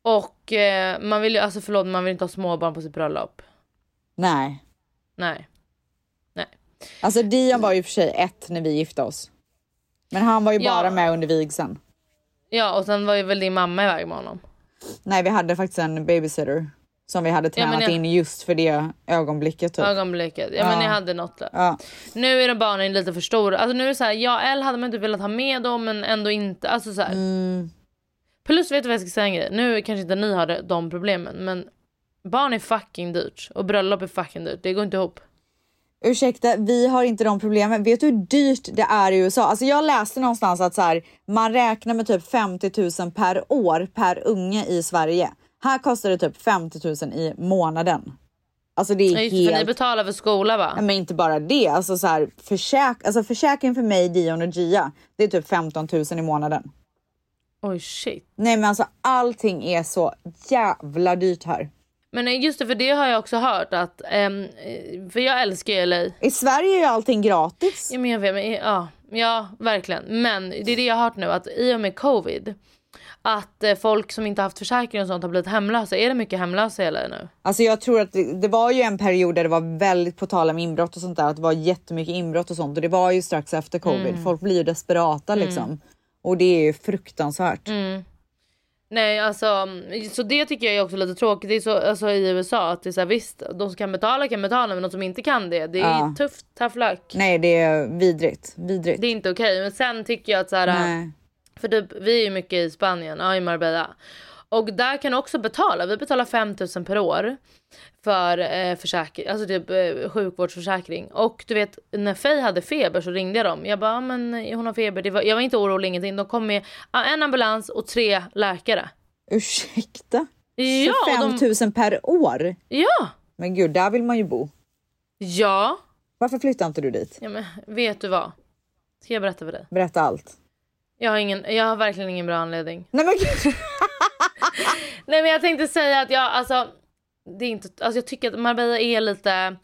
[SPEAKER 2] Och eh, man vill ju, alltså förlåt, man vill inte ha småbarn på sitt bröllop.
[SPEAKER 1] Nej.
[SPEAKER 2] Nej.
[SPEAKER 1] Alltså Dion var ju för sig ett när vi gifte oss. Men han var ju
[SPEAKER 2] Ja.
[SPEAKER 1] bara med under vigseln.
[SPEAKER 2] Ja, och sen var ju väl din mamma iväg med honom.
[SPEAKER 1] Nej, vi hade faktiskt en babysitter som vi hade
[SPEAKER 2] Ja, men
[SPEAKER 1] tränat
[SPEAKER 2] jag-
[SPEAKER 1] in just för det ögonblicket. Typ.
[SPEAKER 2] Ögonblicket. Ja, men ni hade något där.
[SPEAKER 1] Ja.
[SPEAKER 2] Nu är de barnen lite för stora. Alltså nu är det så här, ja, L hade man inte velat ha med dem men ändå inte. Alltså så här.
[SPEAKER 1] Mm.
[SPEAKER 2] Plus vet du vad jag ska säga en grej? Nu kanske inte ni har det- de problemen men barn är fucking dyrt och bröllop är fucking dyrt. Det går inte ihop.
[SPEAKER 1] Ursäkta, vi har inte de problemen. Vet du hur dyrt det är i USA? Alltså jag läste någonstans att så här, man räknar med typ 50 000 per år per unge i Sverige. Här kostar det typ 50 000 i månaden. Alltså det är
[SPEAKER 2] Ja, just, det, för ni
[SPEAKER 1] helt...
[SPEAKER 2] betalar för skola
[SPEAKER 1] Ja,
[SPEAKER 2] va?
[SPEAKER 1] men inte bara det, alltså, så här, försäk... alltså försäkringen för mig, Dion och Gia, det är typ 15 000 i månaden.
[SPEAKER 2] Oj shit.
[SPEAKER 1] Nej men alltså allting är så jävla dyrt här.
[SPEAKER 2] Men eh, just det, för det har jag också hört att, ehm, eh, för jag älskar ju LA.
[SPEAKER 1] I Sverige är ju allting gratis.
[SPEAKER 2] Ja, men jag vet, men, ja, ja, verkligen. Men det är det jag har hört nu, att i och med covid, att eh, folk som inte haft försäkring och sånt har blivit hemlösa. Är det mycket hemlösa eller nu?
[SPEAKER 1] Alltså jag tror att det, det var ju en period där det var väldigt på tal om inbrott och sånt där, att det var jättemycket inbrott och sånt och det var ju strax efter covid.
[SPEAKER 2] Mm.
[SPEAKER 1] Folk blir ju desperata liksom och det är ju fruktansvärt.
[SPEAKER 2] Mm. Nej, alltså, mm, så det tycker jag är också lite tråkigt. Det är så, alltså, i USA, att det är så här, visst, de som kan betala kan betala, men de som inte kan det, det är
[SPEAKER 1] Ja. Mm.
[SPEAKER 2] tufft, tough luck.
[SPEAKER 1] Nej, det är vidrigt. Vidrigt.
[SPEAKER 2] Det är inte okej. Men sen tycker jag att så här,
[SPEAKER 1] Nej.
[SPEAKER 2] För typ, vi är ju mycket i Spanien, ja, i Marbella. Och där kan du också betala. Vi betalar 5 000 per år för eh, försäkring, alltså typ eh, sjukvårdsförsäkring. Och du vet, när Faye hade feber så ringde jag dem. Jag bara, "Ja, men hon har feber. Det var, jag var inte orolig, ingenting. De kom med ja, en ambulans och tre läkare.
[SPEAKER 1] Ursäkta?
[SPEAKER 2] Ja, och
[SPEAKER 1] 25
[SPEAKER 2] de,
[SPEAKER 1] 000 per år?
[SPEAKER 2] ja,
[SPEAKER 1] Men gud, där vill man ju bo.
[SPEAKER 2] ja.
[SPEAKER 1] Varför flyttar inte du dit?
[SPEAKER 2] ja men, vet du vad? Ska jag berätta för dig?
[SPEAKER 1] Berätta allt.
[SPEAKER 2] Jag har, ingen, jag har verkligen ingen bra anledning.
[SPEAKER 1] Nej men gud.
[SPEAKER 2] Nej men jag tänkte säga att jag alltså, det är inte, alltså jag tycker att Marbella är lite...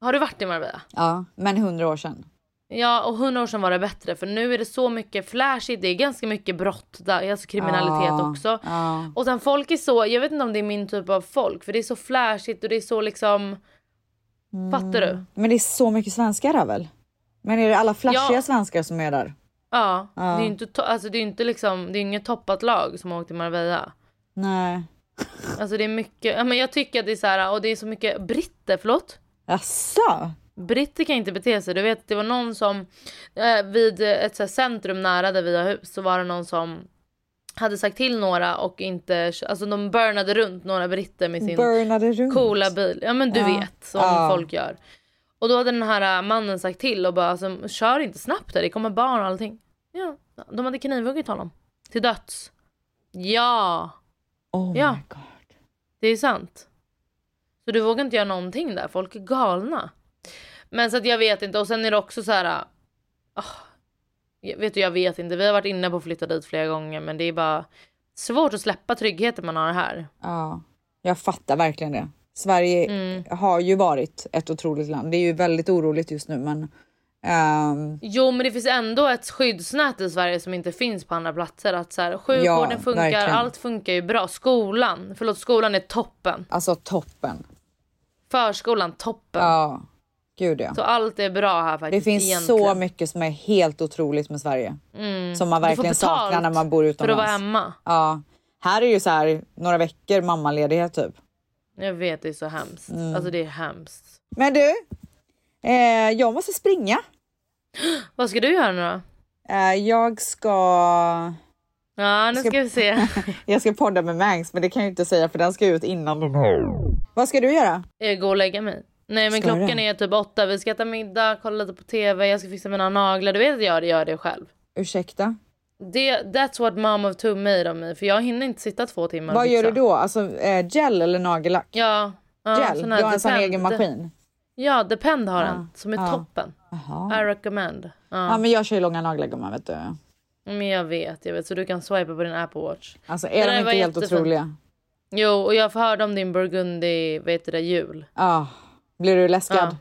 [SPEAKER 2] Har du varit i Marbella?
[SPEAKER 1] Ja, men hundra år sedan.
[SPEAKER 2] Ja och hundra år sedan var det bättre för nu är det så mycket flashigt, det är ganska mycket brott där, alltså kriminalitet
[SPEAKER 1] Ja,
[SPEAKER 2] också.
[SPEAKER 1] ja.
[SPEAKER 2] Och sen folk är så, jag vet inte om det är min typ av folk för det är så flashigt och det är så liksom... Fattar du?
[SPEAKER 1] Men det är så mycket svenskar där väl? Men är det alla flashiga
[SPEAKER 2] Ja.
[SPEAKER 1] svenskar som är där?
[SPEAKER 2] Ja. Det är
[SPEAKER 1] Ja.
[SPEAKER 2] ju inte, to- alltså det är ju inte liksom, det är inget toppat lag som har åkt till Marbella.
[SPEAKER 1] Nej.
[SPEAKER 2] Alltså det är mycket, ja, men jag tycker att det är så här, och det är så mycket britter, förlåt?
[SPEAKER 1] Jaså?
[SPEAKER 2] Britter kan inte bete sig. Du vet, det var någon som eh, vid ett så här, centrum nära där vi har hus så var det någon som hade sagt till några och inte, alltså de burnade runt några britter med sin
[SPEAKER 1] Burnade runt.
[SPEAKER 2] coola bil. Ja men du
[SPEAKER 1] Ja.
[SPEAKER 2] vet som
[SPEAKER 1] Ja.
[SPEAKER 2] folk gör. Och då hade den här eh, mannen sagt till och bara alltså, kör inte snabbt där, det kommer barn och allting. Ja, de hade knivhuggit honom. Till döds. Ja,
[SPEAKER 1] Oh
[SPEAKER 2] Ja.
[SPEAKER 1] my god.
[SPEAKER 2] det är sant. Så du vågar inte göra någonting där, folk är galna. Men så att jag vet inte och sen är det också så här. ah, jag vet du, jag vet inte. Vi har varit inne på att flytta dit flera gånger men det är bara svårt att släppa tryggheten man har här.
[SPEAKER 1] Ja, jag fattar verkligen det. Sverige
[SPEAKER 2] Mm.
[SPEAKER 1] har ju varit ett otroligt land. Det är ju väldigt oroligt just nu, men ehm,
[SPEAKER 2] Jo men det finns ändå ett skyddsnät i Sverige som inte finns på andra platser. Att så här, sjukvården
[SPEAKER 1] Ja,
[SPEAKER 2] funkar,
[SPEAKER 1] verkligen.
[SPEAKER 2] allt funkar ju bra. Skolan, förlåt skolan är toppen.
[SPEAKER 1] alltså toppen.
[SPEAKER 2] Förskolan toppen.
[SPEAKER 1] Ja, gud ja.
[SPEAKER 2] Så allt är bra här
[SPEAKER 1] Det
[SPEAKER 2] faktiskt.
[SPEAKER 1] finns så
[SPEAKER 2] egentligen. Mm.
[SPEAKER 1] mycket som är helt otroligt med Sverige som man
[SPEAKER 2] Du får
[SPEAKER 1] verkligen
[SPEAKER 2] betalt
[SPEAKER 1] saknar när man bor
[SPEAKER 2] för att
[SPEAKER 1] utomlands.
[SPEAKER 2] vara hemma.
[SPEAKER 1] Ja, här är ju så här några veckor mammaledighet typ.
[SPEAKER 2] Jag vet det är så hemskt.
[SPEAKER 1] Mm.
[SPEAKER 2] Alltså det är hemskt.
[SPEAKER 1] Men du, eh, jag måste springa.
[SPEAKER 2] Vad ska du göra nu då?
[SPEAKER 1] Eh, jag ska.
[SPEAKER 2] Ja nu ska, vi se.
[SPEAKER 1] Jag ska podda med Mangs, men det kan jag ju inte säga för den ska ut innan den här. Vad ska du göra?
[SPEAKER 2] Jag går och lägga mig. Nej men
[SPEAKER 1] Ska du?
[SPEAKER 2] klockan är typ åtta. Vi ska äta middag, kolla lite på tv, jag ska fixa mina naglar. Du vet att jag gör det själv.
[SPEAKER 1] Ursäkta?
[SPEAKER 2] Det, that's what mom of two made of me. För jag hinner inte sitta två timmar och
[SPEAKER 1] Vad gör
[SPEAKER 2] fixa.
[SPEAKER 1] du då? Alltså eh, gel eller nagellack?
[SPEAKER 2] Ja. ja
[SPEAKER 1] gel? Du har en sån
[SPEAKER 2] Depend.
[SPEAKER 1] egen maskin?
[SPEAKER 2] Ja, Depend har den. Som är
[SPEAKER 1] ja.
[SPEAKER 2] toppen.
[SPEAKER 1] Jaha.
[SPEAKER 2] I recommend.
[SPEAKER 1] Ja
[SPEAKER 2] Ja.
[SPEAKER 1] men jag kör ju långa naglar gumman vet du.
[SPEAKER 2] Men jag vet, jag vet. Så du kan swipa på din Apple Watch.
[SPEAKER 1] Alltså
[SPEAKER 2] Det
[SPEAKER 1] är
[SPEAKER 2] där
[SPEAKER 1] de inte
[SPEAKER 2] var
[SPEAKER 1] helt
[SPEAKER 2] jättefint.
[SPEAKER 1] otroliga?
[SPEAKER 2] Jo, och jag hörde om din Burgundy, vet du det, jul.
[SPEAKER 1] Ah, blir du läskad?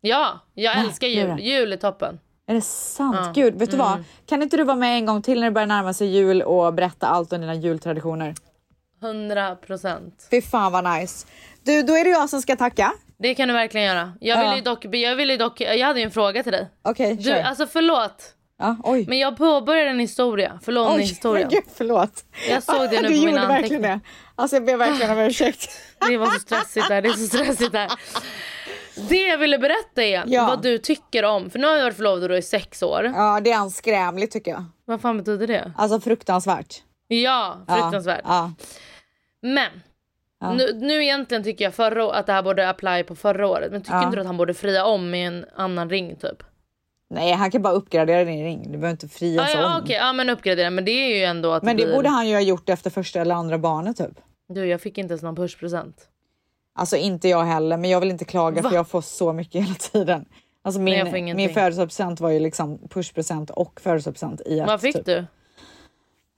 [SPEAKER 2] Ja, jag
[SPEAKER 1] Va?
[SPEAKER 2] älskar
[SPEAKER 1] Gör
[SPEAKER 2] jul.
[SPEAKER 1] det?
[SPEAKER 2] Jul är toppen.
[SPEAKER 1] Är det sant?
[SPEAKER 2] Ja. Mm.
[SPEAKER 1] Gud, vet du vad? Kan inte du vara med en gång till när det börjar närma sig jul och berätta allt om dina jultraditioner?
[SPEAKER 2] 100 procent.
[SPEAKER 1] Fy fan vad nice. Du, då är det jag som ska tacka.
[SPEAKER 2] Det kan du verkligen göra. Jag vill ju dock, jag vill ju dock, jag hade ju en fråga till dig.
[SPEAKER 1] Okej,
[SPEAKER 2] Du,
[SPEAKER 1] kör.
[SPEAKER 2] alltså förlåt.
[SPEAKER 1] ja, oj.
[SPEAKER 2] Men jag påbörjade en historia. Förlåt
[SPEAKER 1] Oj,
[SPEAKER 2] historien.
[SPEAKER 1] gud, förlåt.
[SPEAKER 2] Jag såg det nu
[SPEAKER 1] du
[SPEAKER 2] på
[SPEAKER 1] gjorde
[SPEAKER 2] mina
[SPEAKER 1] verkligen
[SPEAKER 2] anteckningar.
[SPEAKER 1] det. Alltså jag ber verkligen om ursäkt.
[SPEAKER 2] Det var så stressigt där, det är så stressigt där. Det jag ville berätta är
[SPEAKER 1] Ja.
[SPEAKER 2] vad du tycker om, för nu har jag varit förlovad och då i sex år.
[SPEAKER 1] Ja, det är anskrämligt tycker jag.
[SPEAKER 2] Vad fan betyder det?
[SPEAKER 1] Alltså fruktansvärt.
[SPEAKER 2] Ja,
[SPEAKER 1] Ja,
[SPEAKER 2] fruktansvärt.
[SPEAKER 1] Ja,
[SPEAKER 2] Men, nu, nu egentligen tycker jag förra, å- att det här borde apply på förra året. Men tycker
[SPEAKER 1] Ja.
[SPEAKER 2] inte du att han borde fria om i en annan ring typ?
[SPEAKER 1] Nej, han kan bara uppgradera din ring. Du behöver inte fria
[SPEAKER 2] Ja,
[SPEAKER 1] sig
[SPEAKER 2] ja
[SPEAKER 1] om.
[SPEAKER 2] okej, Typ. ja men uppgradera. Men det är ju ändå att
[SPEAKER 1] Men det
[SPEAKER 2] blir-
[SPEAKER 1] borde han ju ha gjort efter första eller andra barnet typ.
[SPEAKER 2] Du jag fick inte ens någon pushpresent.
[SPEAKER 1] Alltså inte jag heller, men jag vill inte klaga
[SPEAKER 2] Va?
[SPEAKER 1] för jag får så mycket hela tiden. Alltså
[SPEAKER 2] jag
[SPEAKER 1] min,
[SPEAKER 2] får ingenting.
[SPEAKER 1] min födelsedagspresent var ju liksom pushpresent och födelsedagspresent i ett.
[SPEAKER 2] Vad fick
[SPEAKER 1] typ.
[SPEAKER 2] du?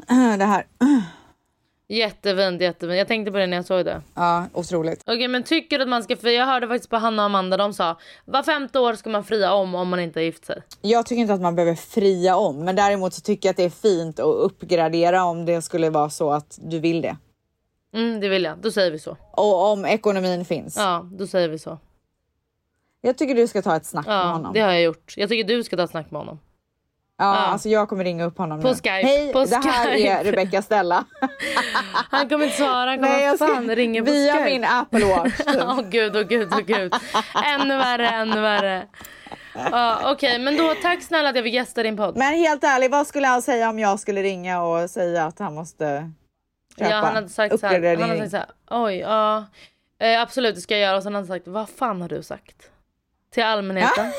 [SPEAKER 1] Det här.
[SPEAKER 2] Jättefint, jättefint. Jag tänkte på det när jag såg det.
[SPEAKER 1] Ja, otroligt.
[SPEAKER 2] Okej men tycker du att man ska fria? Jag hörde faktiskt på Hanna och Amanda, de sa var femte år ska man fria om om man inte har gift sig.
[SPEAKER 1] Jag tycker inte att man behöver fria om, men däremot så tycker jag att det är fint att uppgradera om det skulle vara så att du vill det.
[SPEAKER 2] Mm det vill jag, då säger vi så.
[SPEAKER 1] Och om ekonomin finns.
[SPEAKER 2] Ja då säger vi så.
[SPEAKER 1] Jag tycker du ska ta ett snack med
[SPEAKER 2] Ja
[SPEAKER 1] honom.
[SPEAKER 2] det har jag gjort. Jag tycker du ska ta ett snack med honom.
[SPEAKER 1] Ja,
[SPEAKER 2] Ja.
[SPEAKER 1] Alltså jag kommer ringa upp honom
[SPEAKER 2] På
[SPEAKER 1] nu.
[SPEAKER 2] Skype,
[SPEAKER 1] Hej,
[SPEAKER 2] på
[SPEAKER 1] det här
[SPEAKER 2] Skype.
[SPEAKER 1] är Rebecca Stella.
[SPEAKER 2] Han kommer inte svara, han kommer
[SPEAKER 1] Nej, jag ska-
[SPEAKER 2] fan ringer på
[SPEAKER 1] Via
[SPEAKER 2] Skype.
[SPEAKER 1] min Apple Watch. typ.
[SPEAKER 2] Åh gud, åh gud, åh gud. Ännu värre, ännu värre. Ja, Okej, men då tack snälla att jag fick gästa din podd.
[SPEAKER 1] Men helt ärligt, vad skulle han säga om jag skulle ringa och säga att han måste köpa?
[SPEAKER 2] ja, han hade sagt så
[SPEAKER 1] uppgradera
[SPEAKER 2] här,
[SPEAKER 1] din
[SPEAKER 2] han hade
[SPEAKER 1] ring?
[SPEAKER 2] sagt så här, oj, ja. eh, absolut, det ska jag göra. Och sen hade han sagt, vad fan har du sagt? Till allmänheten.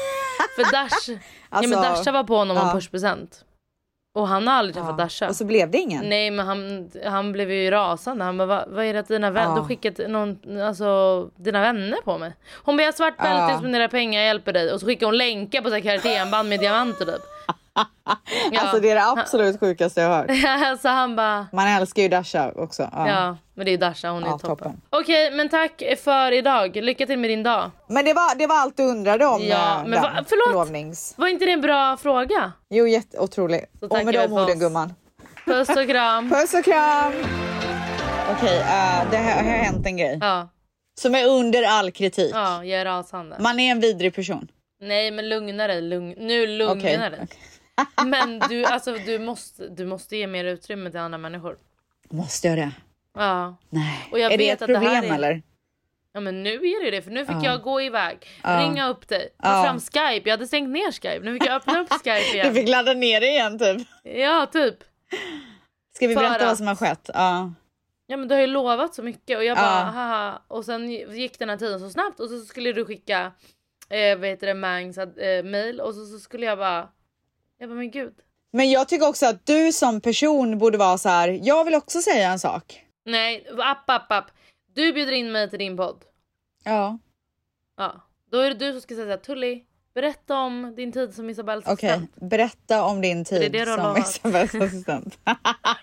[SPEAKER 2] För Dash,
[SPEAKER 1] Alltså,
[SPEAKER 2] ja men Dasha var på honom om
[SPEAKER 1] ja.
[SPEAKER 2] pushpresent. Och han har aldrig träffat Dasha.
[SPEAKER 1] Och så blev det ingen.
[SPEAKER 2] Nej men han, han blev ju rasande. Han bara, "Va- vad är det att dina vänner,
[SPEAKER 1] Ja.
[SPEAKER 2] du har skickat någon, alltså, dina vänner på mig? Hon bara, jag har svart bälte,
[SPEAKER 1] Ja.
[SPEAKER 2] jag spenderar pengar, jag hjälper dig. Och så skickar hon länkar på så här karatéband med diamanter typ.
[SPEAKER 1] Alltså det är det absolut sjukaste jag har hört.
[SPEAKER 2] så han bara...
[SPEAKER 1] Man älskar ju Dasha också. Ja.
[SPEAKER 2] Ja, men det är Dasha, hon är
[SPEAKER 1] Ja,
[SPEAKER 2] toppen.
[SPEAKER 1] toppen.
[SPEAKER 2] Okej, men tack för idag. Lycka till med din dag.
[SPEAKER 1] Men det var, det var allt du undrade om
[SPEAKER 2] Ja,
[SPEAKER 1] eh,
[SPEAKER 2] men
[SPEAKER 1] den
[SPEAKER 2] va- förlåt.
[SPEAKER 1] förlovnings...
[SPEAKER 2] Var inte det en bra fråga?
[SPEAKER 1] Jo, jätteotroligt.
[SPEAKER 2] Så
[SPEAKER 1] Och med
[SPEAKER 2] tackar
[SPEAKER 1] de
[SPEAKER 2] vi för
[SPEAKER 1] orden
[SPEAKER 2] oss.
[SPEAKER 1] gumman.
[SPEAKER 2] Puss och kram.
[SPEAKER 1] Puss och kram! Okej, eh, det här här har hänt en grej
[SPEAKER 2] Ja,
[SPEAKER 1] som är under all kritik.
[SPEAKER 2] ja jag är rasande.
[SPEAKER 1] Man är en vidrig person.
[SPEAKER 2] Nej, men lugna dig. Lugn... Nu lugna
[SPEAKER 1] Okej,
[SPEAKER 2] dig. Men du, alltså, du, måste, du måste ge mer utrymme till andra människor.
[SPEAKER 1] Måste jag det?
[SPEAKER 2] Ja.
[SPEAKER 1] Nej.
[SPEAKER 2] Och jag
[SPEAKER 1] är det
[SPEAKER 2] vet
[SPEAKER 1] ett
[SPEAKER 2] att det här
[SPEAKER 1] problem
[SPEAKER 2] är-
[SPEAKER 1] eller?
[SPEAKER 2] ja, men nu är det det. För nu fick jag gå iväg. Ringa upp dig. Ta
[SPEAKER 1] Ja.
[SPEAKER 2] fram Skype. Jag hade stängt ner Skype. Nu fick jag öppna upp Skype
[SPEAKER 1] Du
[SPEAKER 2] igen.
[SPEAKER 1] fick ladda ner det igen typ.
[SPEAKER 2] Ja, typ.
[SPEAKER 1] Ska vi
[SPEAKER 2] För
[SPEAKER 1] berätta
[SPEAKER 2] att-
[SPEAKER 1] vad som har skett? Ja.
[SPEAKER 2] Ja men du har ju lovat så mycket och jag bara
[SPEAKER 1] Ja.
[SPEAKER 2] haha och sen gick den här tiden så snabbt och så skulle du skicka eh, vad heter det Mangs eh, mail och så, så skulle jag bara jag bara men gud.
[SPEAKER 1] Men jag tycker också att du som person borde vara så här. Jag vill också säga en sak.
[SPEAKER 2] Nej app app app. Du bjuder in mig till din podd.
[SPEAKER 1] Ja,
[SPEAKER 2] Ja. Då är det du som ska säga såhär Tully berätta om din tid som Isabells
[SPEAKER 1] okej.
[SPEAKER 2] assistent.
[SPEAKER 1] Berätta om din
[SPEAKER 2] det
[SPEAKER 1] tid
[SPEAKER 2] du har
[SPEAKER 1] som
[SPEAKER 2] lovat.
[SPEAKER 1] SMS-assistent.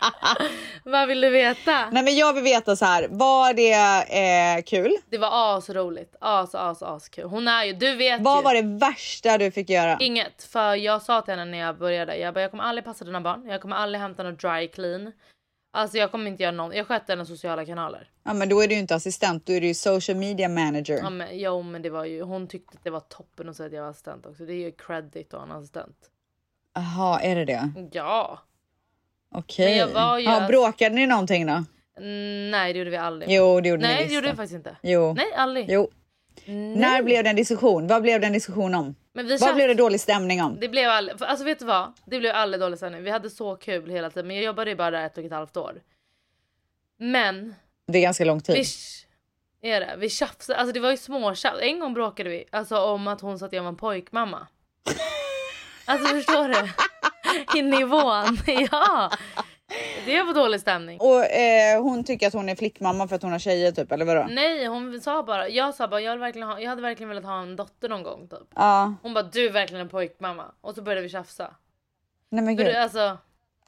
[SPEAKER 2] Vad vill du veta?
[SPEAKER 1] Nej, men jag vill veta så här. Var det eh, kul?
[SPEAKER 2] Det var asroligt. As as as kul. Hon är ju du vet ju.
[SPEAKER 1] Vad var det värsta du fick göra?
[SPEAKER 2] Inget, för jag sa till henne när jag började, jag bara jag kommer aldrig passa dina barn, jag kommer aldrig hämta något dry clean. Alltså jag kommer inte göra någon, jag skötte hennes sociala kanaler.
[SPEAKER 1] Ja, men då är du ju inte assistent, då är du ju social media manager.
[SPEAKER 2] Ja men, jo men det var ju, hon tyckte att det var toppen att säga att jag var assistent också, det är ju credit att ha en assistent.
[SPEAKER 1] Jaha, är det det?
[SPEAKER 2] Ja. Men
[SPEAKER 1] Okej.
[SPEAKER 2] jag var ju-
[SPEAKER 1] Ja, bråkade ni någonting då?
[SPEAKER 2] Mm, Nej det gjorde vi aldrig.
[SPEAKER 1] Jo, det gjorde ni
[SPEAKER 2] Nej
[SPEAKER 1] visst
[SPEAKER 2] det gjorde
[SPEAKER 1] då.
[SPEAKER 2] vi faktiskt inte.
[SPEAKER 1] Jo.
[SPEAKER 2] Nej aldrig.
[SPEAKER 1] Jo.
[SPEAKER 2] Nej.
[SPEAKER 1] När blev det en diskussion? Vad blev det en diskussion om?
[SPEAKER 2] Men vi
[SPEAKER 1] Vad
[SPEAKER 2] satt-
[SPEAKER 1] blev det dålig stämning om?
[SPEAKER 2] Det blev aldrig, för alltså vet du vad? Det blev aldrig dålig stämning. Vi hade så kul hela tiden men jag jobbade ju bara där ett och ett halvt år. Men
[SPEAKER 1] Det är ganska lång tid.
[SPEAKER 2] Vi, är det? vi tjafsade, alltså det var ju småtjafs. En gång bråkade vi alltså om att hon sa att jag var en pojkmamma. Alltså förstår du? I nivån, ja. Det var dålig stämning.
[SPEAKER 1] Och eh, hon tycker att hon är flickmamma för att hon har tjejer typ, eller vadå?
[SPEAKER 2] Nej hon sa bara, jag sa bara jag, vill verkligen ha, jag hade verkligen velat ha en dotter någon gång typ.
[SPEAKER 1] Ja.
[SPEAKER 2] Hon bara du är verkligen en pojkmamma. Och så började vi tjafsa.
[SPEAKER 1] Nej men
[SPEAKER 2] För
[SPEAKER 1] gud.
[SPEAKER 2] du, alltså, ja,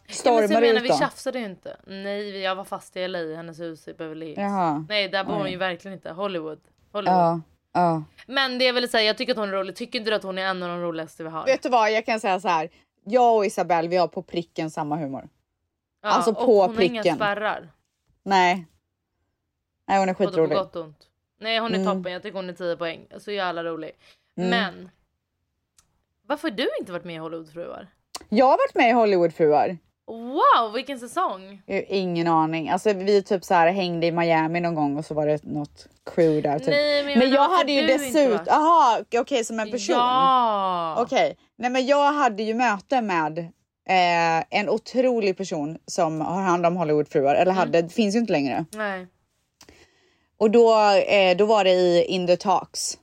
[SPEAKER 2] men så
[SPEAKER 1] Stormar
[SPEAKER 2] jag menar
[SPEAKER 1] ut
[SPEAKER 2] vi
[SPEAKER 1] då?
[SPEAKER 2] tjafsade ju inte. Nej vi- jag var fast i LA, i hennes hus i Beverly Hills.
[SPEAKER 1] Jaha.
[SPEAKER 2] Nej där bor hon
[SPEAKER 1] Oj.
[SPEAKER 2] ju verkligen inte, Hollywood. Hollywood.
[SPEAKER 1] Ja. Ja.
[SPEAKER 2] Men det jag ville säga, jag tycker att hon är rolig. Tycker inte du att hon är en av de roligaste vi har?
[SPEAKER 1] Vet du vad, jag kan säga så här. Jag och Isabelle, vi har på pricken samma humor.
[SPEAKER 2] ja,
[SPEAKER 1] alltså
[SPEAKER 2] och
[SPEAKER 1] på
[SPEAKER 2] hon har inga
[SPEAKER 1] pricken.
[SPEAKER 2] spärrar.
[SPEAKER 1] Nej. Nej, hon är
[SPEAKER 2] Både på
[SPEAKER 1] skitrolig.
[SPEAKER 2] gott och ont. Nej hon är
[SPEAKER 1] Mm.
[SPEAKER 2] toppen, jag tycker hon är 10 poäng. Så jävla rolig.
[SPEAKER 1] Mm.
[SPEAKER 2] Men. Varför har du inte varit med i Hollywoodfruar?
[SPEAKER 1] Jag har varit med i Hollywoodfruar.
[SPEAKER 2] Wow vilken säsong!
[SPEAKER 1] Jag har Ingen aning. Alltså, vi typ så här hängde i Miami någon gång och så var det något crew där. Typ.
[SPEAKER 2] Nej, men jag
[SPEAKER 1] men
[SPEAKER 2] menar,
[SPEAKER 1] jag
[SPEAKER 2] varför
[SPEAKER 1] hade ju
[SPEAKER 2] du inte
[SPEAKER 1] dessutom...
[SPEAKER 2] varit?
[SPEAKER 1] Jaha, okej som en person.
[SPEAKER 2] Ja!
[SPEAKER 1] Okej. Nej men jag hade ju möte med eh, en otrolig person som har hand om Hollywoodfruar.
[SPEAKER 2] Mm.
[SPEAKER 1] Eller hade, det finns ju inte längre.
[SPEAKER 2] Nej
[SPEAKER 1] Och då, eh, då var det i In the Talks.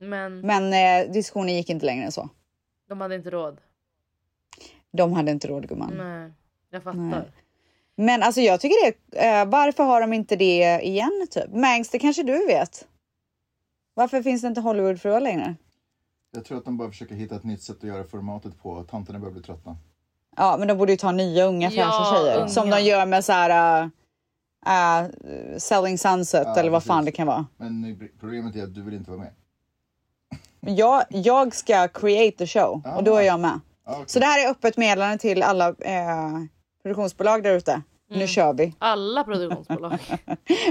[SPEAKER 2] men
[SPEAKER 1] Men eh, diskussionen gick inte längre än så.
[SPEAKER 2] de hade inte råd.
[SPEAKER 1] De hade inte råd gumman.
[SPEAKER 2] Nej jag fattar.
[SPEAKER 1] Mm. Nej. Men alltså jag tycker det, eh, varför har de inte det igen typ? Mangs, det kanske du vet? Varför finns det inte Hollywoodfruar längre?
[SPEAKER 4] Jag tror att de bara försöker hitta ett nytt sätt att göra formatet på. Tanterna börjar bli trötta.
[SPEAKER 1] Ja, men de borde ju ta nya unga fräscha
[SPEAKER 2] Ja,
[SPEAKER 1] tjejer.
[SPEAKER 2] unga.
[SPEAKER 1] Som de gör med så här... eh, eh, selling Sunset
[SPEAKER 4] Ja,
[SPEAKER 1] eller vad fan det
[SPEAKER 4] precis.
[SPEAKER 1] kan vara.
[SPEAKER 4] Men nu- problemet är att du vill inte vara med.
[SPEAKER 1] Men Jag, jag ska create the show och då är jag med.
[SPEAKER 4] Ah, okej.
[SPEAKER 1] Så det här är öppet meddelande till alla eh, produktionsbolag där ute.
[SPEAKER 2] Mm.
[SPEAKER 1] Nu kör vi.
[SPEAKER 2] Alla produktionsbolag.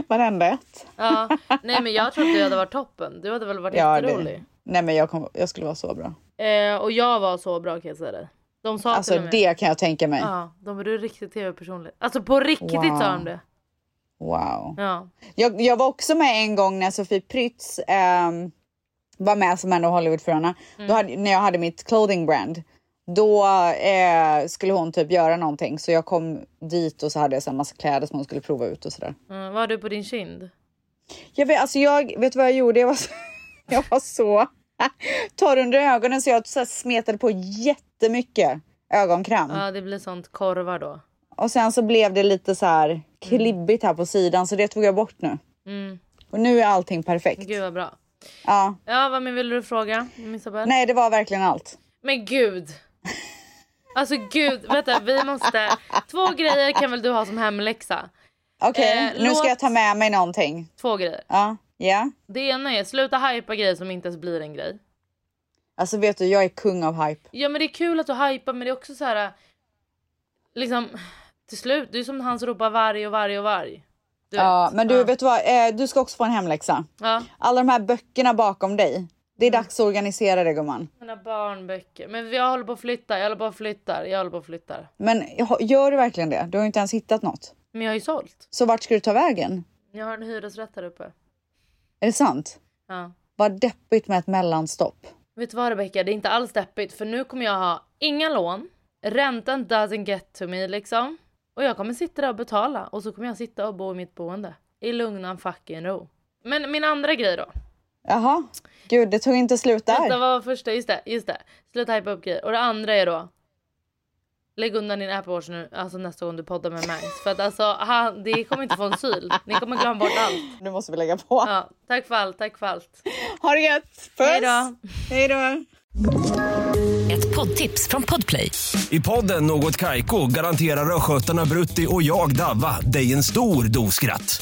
[SPEAKER 1] Varenda ett.
[SPEAKER 2] ja. Nej men jag tror att du hade varit toppen. Du hade väl varit
[SPEAKER 1] Ja, det-
[SPEAKER 2] jätterolig.
[SPEAKER 1] Nej men jag, kom, jag skulle vara så bra.
[SPEAKER 2] Eh, och jag var så bra kan jag säga dig. De sa
[SPEAKER 1] Alltså
[SPEAKER 2] till mig.
[SPEAKER 1] det kan jag tänka mig.
[SPEAKER 2] Ja, de är du är riktigt tv-personlig. Alltså på riktigt sa de
[SPEAKER 1] Wow.
[SPEAKER 2] det.
[SPEAKER 1] Wow.
[SPEAKER 2] Ja.
[SPEAKER 1] Jag, jag var också med en gång när Sofie Prytz ehm, var med som en av Hollywoodfruarna.
[SPEAKER 2] Mm.
[SPEAKER 1] Då hade, när jag hade mitt clothing brand. Då eh, skulle hon typ göra någonting så jag kom dit och så hade jag så här massa kläder som hon skulle prova ut och sådär.
[SPEAKER 2] Mm, vad har du på din kind?
[SPEAKER 1] Mm. Jag vet, alltså jag, vet du vad jag gjorde? Jag var så, jag var så torr under ögonen så jag så här smetade på jättemycket ögonkräm.
[SPEAKER 2] Ja, det blir sånt korvar då.
[SPEAKER 1] Och sen så blev det lite så här klibbigt här på sidan så det tog jag bort nu.
[SPEAKER 2] Mm.
[SPEAKER 1] Och nu är allting perfekt.
[SPEAKER 2] Gud vad bra.
[SPEAKER 1] Ja.
[SPEAKER 2] Ja, vad men ville du fråga om Isabel?
[SPEAKER 1] Nej, det var verkligen allt.
[SPEAKER 2] Men gud! Alltså gud, vänta vi måste. Två grejer kan väl du ha som hemläxa?
[SPEAKER 1] Okej,
[SPEAKER 2] Eh,
[SPEAKER 1] nu
[SPEAKER 2] låt-
[SPEAKER 1] ska jag ta med mig någonting.
[SPEAKER 2] Två grejer.
[SPEAKER 1] Ja, ja.
[SPEAKER 2] Det ena är sluta hypa grejer som inte ens blir en grej.
[SPEAKER 1] Alltså vet du, jag är kung av hype.
[SPEAKER 2] Ja men det är kul att du hypar men det är också så här. Liksom till slut, det är som han som ropar varg och varg och varg. Du
[SPEAKER 1] Ja,
[SPEAKER 2] vet.
[SPEAKER 1] men du, vet du vad? Eh, du ska också få en hemläxa.
[SPEAKER 2] Ja,
[SPEAKER 1] Alla de här böckerna bakom dig. Det är
[SPEAKER 2] Mm.
[SPEAKER 1] dags att organisera det gumman.
[SPEAKER 2] mina barnböcker. Men jag håller på att flytta, jag håller på att flytta, jag håller på att flytta.
[SPEAKER 1] Men ha- gör du verkligen det? Du har ju inte ens hittat något.
[SPEAKER 2] Men jag har ju sålt.
[SPEAKER 1] Så vart ska du ta vägen?
[SPEAKER 2] Jag har en hyresrätt här uppe.
[SPEAKER 1] Är det sant?
[SPEAKER 2] Ja.
[SPEAKER 1] Vad deppigt med ett mellanstopp.
[SPEAKER 2] Vet du vad Rebecka, det är inte alls deppigt för nu kommer jag ha inga lån, räntan doesn't get to me liksom. Och jag kommer sitta där och betala och så kommer jag sitta och bo i mitt boende. I lugnan fucking ro. Men min andra grej då.
[SPEAKER 1] Jaha, gud det tog inte slut
[SPEAKER 2] Vänta,
[SPEAKER 1] där.
[SPEAKER 2] vad var första? Just det, just det. Sluta hypa upp grejer. Och det andra är då. Lägg undan din Apple Watch nu, alltså nästa gång du poddar med mig. För att alltså, han, det kommer inte få en syl. Ni kommer glömma bort allt.
[SPEAKER 1] Nu måste vi lägga på.
[SPEAKER 2] Ja, tack för allt, tack för allt.
[SPEAKER 1] Ha det gött! Puss!
[SPEAKER 2] Hej då.
[SPEAKER 1] Hej då!
[SPEAKER 3] Ett poddtips från Podplay.
[SPEAKER 5] I podden Något Kaiko garanterar östgötarna Brutti och jag, Davva, dig en stor dos skratt.